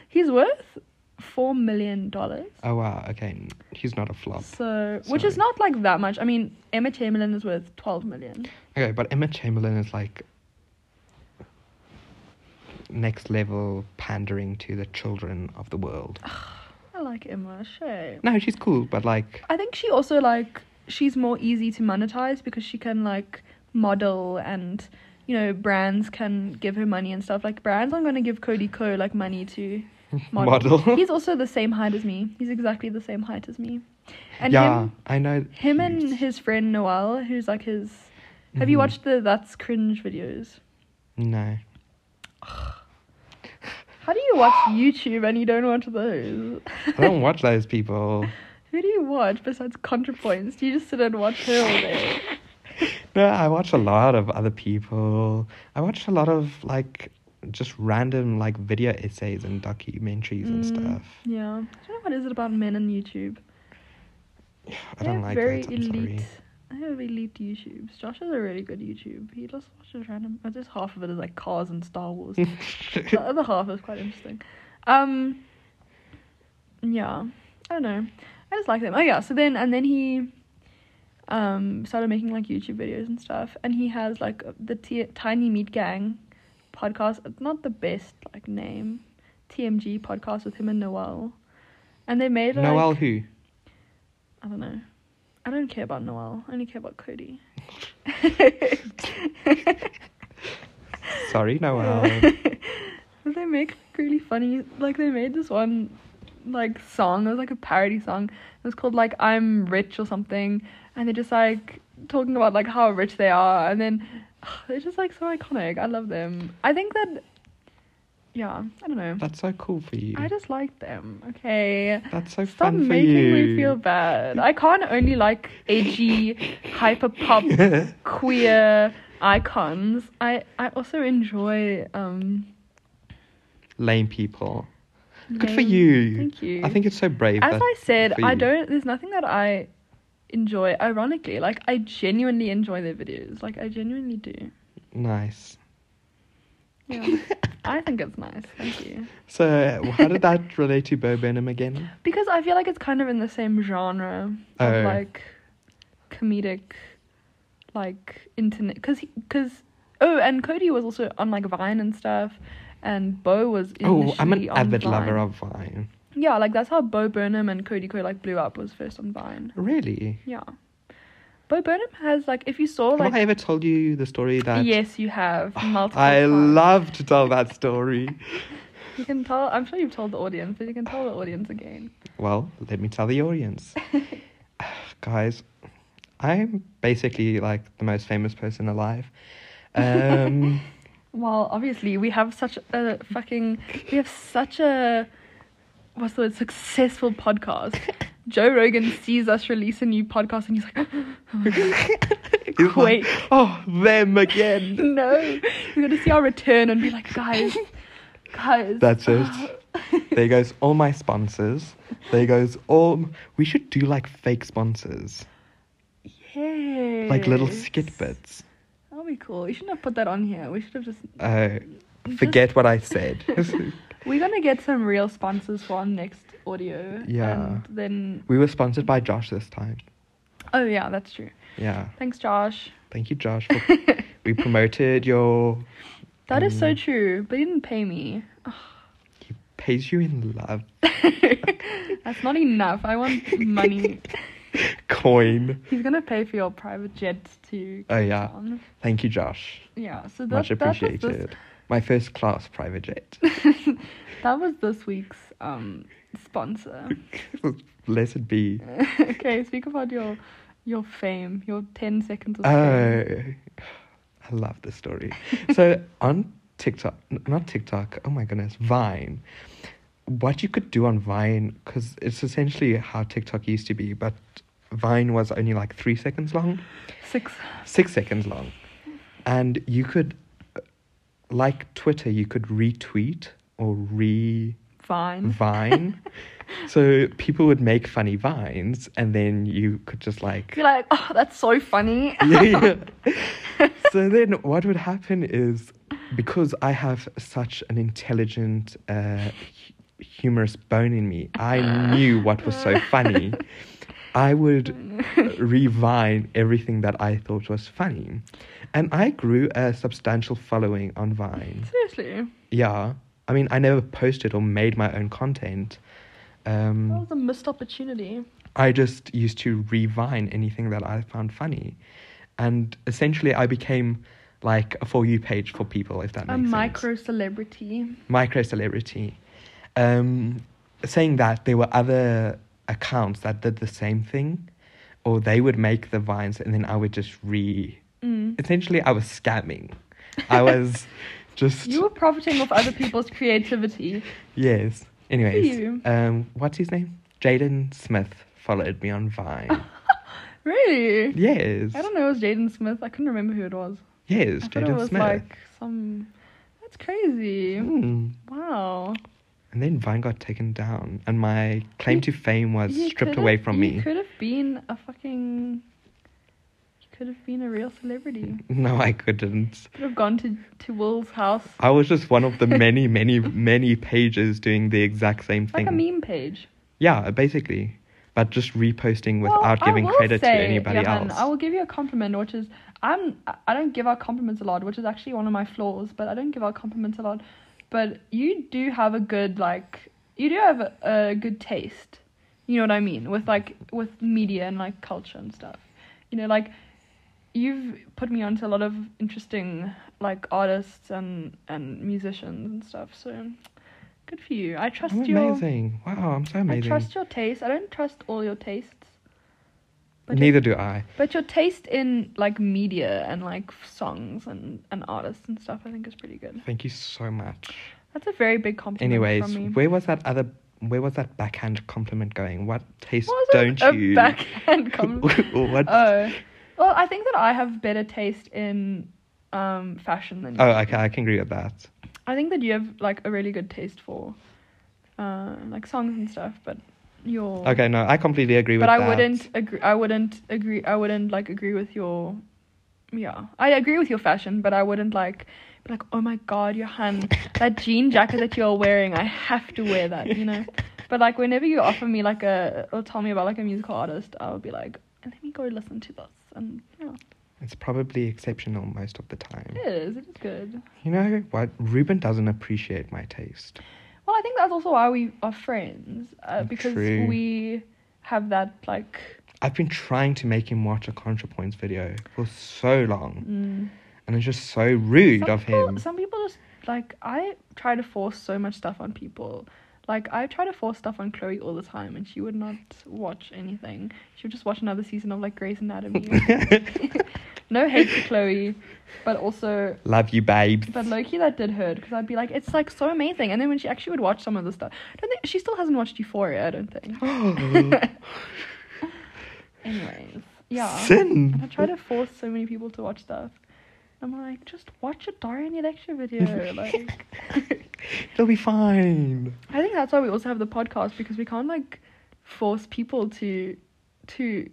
[SPEAKER 2] he's worth four million dollars.
[SPEAKER 1] oh wow, okay. He's not a flop.
[SPEAKER 2] So, which is
[SPEAKER 1] Sorry.
[SPEAKER 2] not like that much. I mean, Emma Chamberlain is worth 12 million.
[SPEAKER 1] Okay, but Emma Chamberlain is like next level pandering to the children of the world.
[SPEAKER 2] Ah. I like Emma, shame.
[SPEAKER 1] No, she's cool, but like
[SPEAKER 2] I think she also like she's more easy to monetize because she can like model and you know brands can give her money and stuff. Like brands aren't going to give Cody Co like money to model.
[SPEAKER 1] model.
[SPEAKER 2] He's also the same height as me. He's exactly the same height as me. And
[SPEAKER 1] yeah,
[SPEAKER 2] him
[SPEAKER 1] I know.
[SPEAKER 2] him and
[SPEAKER 1] he's-
[SPEAKER 2] his friend Noel, who's like his Have you
[SPEAKER 1] Mhm.
[SPEAKER 2] watched the That's Cringe videos?
[SPEAKER 1] No.
[SPEAKER 2] How do you watch YouTube and you don't watch those?
[SPEAKER 1] I don't watch those people.
[SPEAKER 2] Who do you watch besides ContraPoints? Do you just sit and watch her all day?
[SPEAKER 1] No, I watch a lot of other people. I watch a lot of like just random like video essays and documentaries and
[SPEAKER 2] Mm.
[SPEAKER 1] stuff.
[SPEAKER 2] Yeah. I don't know what is it about men and YouTube.
[SPEAKER 1] I don't like
[SPEAKER 2] very
[SPEAKER 1] that. I'm
[SPEAKER 2] elite.
[SPEAKER 1] sorry.
[SPEAKER 2] I have elite YouTubes. Josh has a really good YouTube. He just watches random. I just half of it is like cars and Star Wars. the other half is quite interesting. Um. Yeah, I don't know. I just like them. Oh yeah. So then and then he, um, started making like YouTube videos and stuff. And he has like the t- Tiny Meat Gang podcast. It's not the best like name. TMG podcast with him and Noel, and they made like,
[SPEAKER 1] Noel who?
[SPEAKER 2] I don't know. I don't care about Noel. I only care about Cody.
[SPEAKER 1] Sorry, Noel.
[SPEAKER 2] But they make really funny. Like they made this one, like song. It was like a parody song. It was called like "I'm Rich" or something, and they're just like talking about like how rich they are, and then they're just like so iconic. I love them. I think that, yeah, I don't know.
[SPEAKER 1] That's so cool for you.
[SPEAKER 2] I just like them. Okay.
[SPEAKER 1] That's so
[SPEAKER 2] Stop
[SPEAKER 1] fun for
[SPEAKER 2] making
[SPEAKER 1] you.
[SPEAKER 2] me feel bad. I can't only like edgy, hyper pop, queer icons. I I also enjoy um.
[SPEAKER 1] Lame people. Good for
[SPEAKER 2] lame-
[SPEAKER 1] you.
[SPEAKER 2] Thank you.
[SPEAKER 1] I think it's so brave.
[SPEAKER 2] As
[SPEAKER 1] that-
[SPEAKER 2] I said,
[SPEAKER 1] for
[SPEAKER 2] I
[SPEAKER 1] you.
[SPEAKER 2] don't. There's nothing that I enjoy. Ironically, like I genuinely enjoy their videos. Like I genuinely do.
[SPEAKER 1] Nice.
[SPEAKER 2] Yeah. I think it's nice. Thank you.
[SPEAKER 1] So, how did that relate to Bo Burnham again?
[SPEAKER 2] Because I feel like it's kind of in the same genre of
[SPEAKER 1] Oh.
[SPEAKER 2] like comedic, like internet. Because because oh, and Cody was also on like Vine and stuff, and Bo was.
[SPEAKER 1] Oh, I'm an
[SPEAKER 2] initially on
[SPEAKER 1] avid
[SPEAKER 2] Vine.
[SPEAKER 1] lover of Vine.
[SPEAKER 2] Yeah, like that's how Bo Burnham and Cody Co like blew up was first on Vine.
[SPEAKER 1] Really?
[SPEAKER 2] Yeah, Bo Burnham has like if you saw
[SPEAKER 1] Have
[SPEAKER 2] like
[SPEAKER 1] I ever told you the story that?
[SPEAKER 2] yes you have multiple.
[SPEAKER 1] I
[SPEAKER 2] times.
[SPEAKER 1] love to tell that story.
[SPEAKER 2] You can tell. I'm sure you've told the audience, but you can tell the audience again.
[SPEAKER 1] Well, let me tell the audience. Guys, I'm basically like the most famous person alive. Um,
[SPEAKER 2] Well, obviously we have such a fucking we have such a what's the word successful podcast. Joe Rogan sees us release a new podcast and he's like, oh
[SPEAKER 1] it's like,
[SPEAKER 2] Mm. Quake.
[SPEAKER 1] oh, them again.
[SPEAKER 2] no, we're gonna see our return and be like, guys, guys. Ah.
[SPEAKER 1] That's it. there goes all my sponsors. There goes all. We should do like fake sponsors,
[SPEAKER 2] Yes.
[SPEAKER 1] like little skit bits.
[SPEAKER 2] That'll be cool. You shouldn't have put that on here. We should have just.
[SPEAKER 1] Uh, forget what I said.
[SPEAKER 2] We're gonna get some real sponsors for our next audio.
[SPEAKER 1] Yeah.
[SPEAKER 2] And then.
[SPEAKER 1] we were sponsored by Josh this time.
[SPEAKER 2] Oh yeah, that's true.
[SPEAKER 1] Yeah.
[SPEAKER 2] Thanks, Josh.
[SPEAKER 1] Thank you, Josh. For, we promoted your.
[SPEAKER 2] That is so true, but he didn't pay me.
[SPEAKER 1] He pays you in love.
[SPEAKER 2] That's not enough. I want money.
[SPEAKER 1] Coin.
[SPEAKER 2] He's gonna pay for your private jet to.
[SPEAKER 1] Oh, yeah.
[SPEAKER 2] Cape Town.
[SPEAKER 1] Thank you, Josh.
[SPEAKER 2] Yeah. So that,
[SPEAKER 1] Much
[SPEAKER 2] that was this-
[SPEAKER 1] appreciated. My first class private jet.
[SPEAKER 2] that was this week's um sponsor.
[SPEAKER 1] Blessed be.
[SPEAKER 2] okay, speak about your your fame, your ten seconds of
[SPEAKER 1] Oh,
[SPEAKER 2] fame.
[SPEAKER 1] I love this story. so on TikTok, n- not TikTok. Oh my goodness, Vine. What you could do on Vine, because it's essentially how TikTok used to be, but Vine was only like three seconds long,
[SPEAKER 2] Six.
[SPEAKER 1] six seconds long, and you could, uh, like Twitter, you could retweet or re
[SPEAKER 2] Fine.
[SPEAKER 1] Vine. so people would make funny vines, and then you could just like
[SPEAKER 2] You're like, oh, that's so funny.
[SPEAKER 1] yeah. so then what would happen is because I have such an intelligent, uh, hu- humorous bone in me, I knew what was so funny. I would revine everything that I thought was funny. And I grew a substantial following on Vine.
[SPEAKER 2] Seriously,
[SPEAKER 1] Yeah. I mean, I never posted or made my own content. Um,
[SPEAKER 2] that was a missed opportunity.
[SPEAKER 1] I just used to revine anything that I found funny. And essentially, I became like a For You page for people, if that
[SPEAKER 2] A
[SPEAKER 1] makes sense.
[SPEAKER 2] micro celebrity.
[SPEAKER 1] Micro celebrity. Um, saying that, there were other accounts that did the same thing, or they would make the vines and then I would just re.
[SPEAKER 2] Mm.
[SPEAKER 1] Essentially, I was scamming. I was just.
[SPEAKER 2] You were profiting off other people's creativity.
[SPEAKER 1] Yes. Anyways,
[SPEAKER 2] you.
[SPEAKER 1] um, what's his name? Jaden Smith followed me on Vine.
[SPEAKER 2] Really?
[SPEAKER 1] yes.
[SPEAKER 2] I don't know. It was Jaden Smith. I couldn't remember who it was.
[SPEAKER 1] Yes,
[SPEAKER 2] I thought it
[SPEAKER 1] Jaden
[SPEAKER 2] was
[SPEAKER 1] Smith.
[SPEAKER 2] like some. That's crazy.
[SPEAKER 1] Mm.
[SPEAKER 2] Wow.
[SPEAKER 1] And then Vine got taken down, and my claim
[SPEAKER 2] You-
[SPEAKER 1] to fame was
[SPEAKER 2] You
[SPEAKER 1] stripped
[SPEAKER 2] could've-
[SPEAKER 1] away from
[SPEAKER 2] You
[SPEAKER 1] me.
[SPEAKER 2] could have been a fucking. You could have been a real celebrity.
[SPEAKER 1] No, I couldn't.
[SPEAKER 2] Could have gone to to Will's house.
[SPEAKER 1] I was just one of the many, many, many pages doing the exact same
[SPEAKER 2] It's like
[SPEAKER 1] thing.
[SPEAKER 2] a meme page.
[SPEAKER 1] Yeah, basically. But just reposting without
[SPEAKER 2] Well, I
[SPEAKER 1] giving
[SPEAKER 2] will
[SPEAKER 1] credit to
[SPEAKER 2] say,
[SPEAKER 1] anybody
[SPEAKER 2] Johan,
[SPEAKER 1] else.
[SPEAKER 2] I will give you a compliment, which is I'm I- I don't give out compliments a lot, which is actually one of my flaws. But I don't give out compliments a lot. But you do have a good like you do have a, a good taste. You know what I mean with like with media and like culture and stuff. You know like you've put me onto a lot of interesting like artists and and musicians and stuff. So good for you. I trust
[SPEAKER 1] I'm
[SPEAKER 2] your
[SPEAKER 1] amazing. Wow, I'm so
[SPEAKER 2] I
[SPEAKER 1] amazing.
[SPEAKER 2] trust your taste. I don't trust all your tastes. But
[SPEAKER 1] Neither
[SPEAKER 2] Your,
[SPEAKER 1] do I.
[SPEAKER 2] but your taste in like media and like songs and, and artists and stuff, I think is pretty good.
[SPEAKER 1] Thank you so much.
[SPEAKER 2] That's a very big compliment
[SPEAKER 1] Anyways,
[SPEAKER 2] from me.
[SPEAKER 1] where was that other? Where was that backhand compliment going? What taste
[SPEAKER 2] What was
[SPEAKER 1] don't
[SPEAKER 2] it?
[SPEAKER 1] you?
[SPEAKER 2] A backhand compliment.
[SPEAKER 1] what?
[SPEAKER 2] oh, well, I think that I have better taste in um fashion than you.
[SPEAKER 1] oh, okay, I can agree with that.
[SPEAKER 2] I think that you have like a really good taste for uh like songs and stuff, but your
[SPEAKER 1] Okay, no, I completely agree with
[SPEAKER 2] but I
[SPEAKER 1] that.
[SPEAKER 2] wouldn't agree. I wouldn't agree. I wouldn't like agree with your. Yeah, I agree with your fashion, but I wouldn't like be like, oh my god, Johan, that jean jacket that you're wearing, I have to wear that, you know. But like, whenever you offer me like a or tell me about like a musical artist, I'll be like, let me go listen to this, and yeah,
[SPEAKER 1] It's probably exceptional most of the time.
[SPEAKER 2] it is. It is good.
[SPEAKER 1] You know what? Ruben doesn't appreciate my taste.
[SPEAKER 2] Well, I think that's also why we are friends, uh, because
[SPEAKER 1] True.
[SPEAKER 2] we have that like.
[SPEAKER 1] I've been trying to make him watch a ContraPoints video for so long,
[SPEAKER 2] Mm.
[SPEAKER 1] and it's just so rude
[SPEAKER 2] Some
[SPEAKER 1] of
[SPEAKER 2] people,
[SPEAKER 1] him.
[SPEAKER 2] Some people just like I try to force so much stuff on people. Like I try to force stuff on Chloe all the time, and she would not watch anything. She would just watch another season of like Grey's Anatomy. no hate to Chloe, but also.
[SPEAKER 1] Love you, babe.
[SPEAKER 2] But Loki, that did hurt because I'd be like, it's like so amazing, and then when she actually would watch some of the stuff, I don't think she still hasn't watched Euphoria. I don't think. Anyways, yeah. And I
[SPEAKER 1] Sin.
[SPEAKER 2] try to force so many people to watch stuff. I'm like, just watch a Dorian Electra video. Like,
[SPEAKER 1] They'll be fine.
[SPEAKER 2] I think that's why we also have the podcast because we can't like force people to to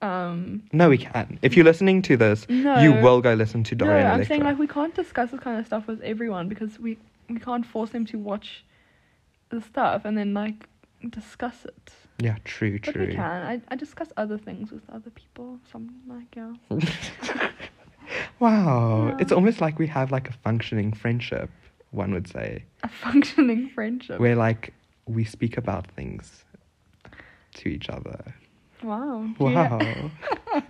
[SPEAKER 2] um
[SPEAKER 1] No, we can. If you're listening to this,
[SPEAKER 2] no.
[SPEAKER 1] you will go listen to Dorian
[SPEAKER 2] no, I'm
[SPEAKER 1] Electra.
[SPEAKER 2] saying like we can't discuss this kind of stuff with everyone because we we can't force them to watch the stuff and then like discuss it.
[SPEAKER 1] yeah, true, true.
[SPEAKER 2] But we can. I I discuss other things with other people. Some like yeah.
[SPEAKER 1] Wow.
[SPEAKER 2] Yeah.
[SPEAKER 1] It's almost like we have like a functioning friendship, one would say,
[SPEAKER 2] A functioning friendship.
[SPEAKER 1] where like we speak about things to each other.
[SPEAKER 2] Wow. Do you-
[SPEAKER 1] Wow.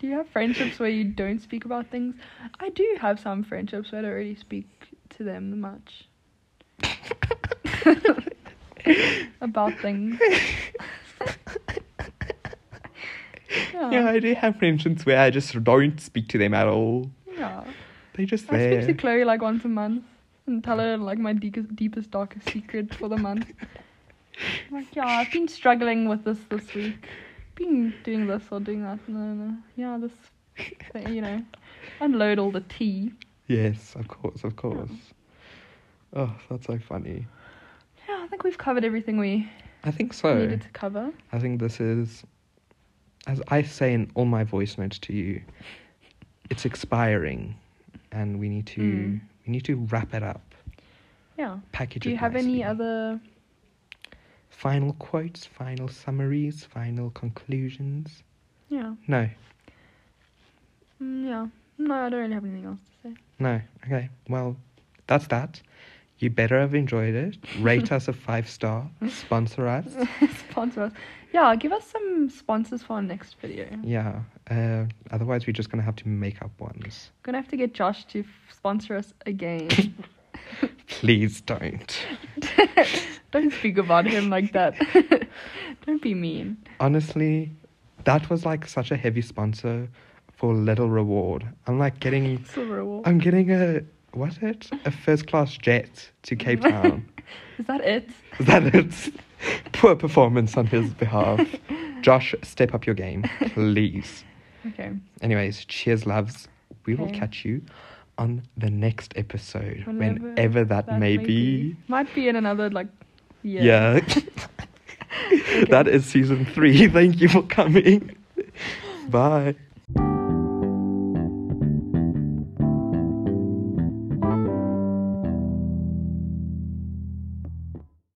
[SPEAKER 2] Do you have friendships where you don't speak about things? I do have some friendships where I don't really speak to them much about things. yeah.
[SPEAKER 1] yeah, I do have friendships where I just don't speak to them at all.
[SPEAKER 2] yeah.
[SPEAKER 1] They just
[SPEAKER 2] I
[SPEAKER 1] there.
[SPEAKER 2] speak to Chloe like once a month and tell her like my deepest, deepest darkest secret for the month. I'm like, yeah, I've been struggling with this this week. Been doing this or doing that. No, no. Yeah, this, thing, you know, unload all the tea.
[SPEAKER 1] yes, of course, of course. Oh, that's so funny.
[SPEAKER 2] Yeah, I think we've covered everything we
[SPEAKER 1] I think so.
[SPEAKER 2] needed to cover.
[SPEAKER 1] I think this is, as I say in all my voice notes to you, it's expiring, and we need to
[SPEAKER 2] Mm.
[SPEAKER 1] we need to wrap it up,
[SPEAKER 2] Yeah.
[SPEAKER 1] package
[SPEAKER 2] Do
[SPEAKER 1] it.
[SPEAKER 2] you have
[SPEAKER 1] nicely.
[SPEAKER 2] any other?
[SPEAKER 1] final quotes, final summaries, final conclusions?
[SPEAKER 2] Yeah.
[SPEAKER 1] No,
[SPEAKER 2] Mm, yeah. No, I don't really have anything else to say.
[SPEAKER 1] no. Okay, well, that's that. You better have enjoyed it. Rate us a five star. Sponsor us.
[SPEAKER 2] Sponsor us. Yeah, give us some sponsors for our next video.
[SPEAKER 1] Yeah. Uh, otherwise, we're just gonna have to make up ones.
[SPEAKER 2] Gonna have to get Josh to f- sponsor us again.
[SPEAKER 1] Please don't.
[SPEAKER 2] don't speak about him like that. don't be mean.
[SPEAKER 1] honestly, that was like such a heavy sponsor for little reward. I'm like getting,
[SPEAKER 2] It's a reward.
[SPEAKER 1] I'm getting a what's it? A first class jet to Cape Town.
[SPEAKER 2] Is that it?
[SPEAKER 1] Is that it's poor performance on his behalf. Josh, step up your game, please.
[SPEAKER 2] Okay.
[SPEAKER 1] Anyways, cheers, loves. We will
[SPEAKER 2] Okay.
[SPEAKER 1] catch you on the next episode,
[SPEAKER 2] Whenever
[SPEAKER 1] whenever, that, may, be.
[SPEAKER 2] Might be in another like year.
[SPEAKER 1] Yeah. That is season three. Thank you for coming. Bye.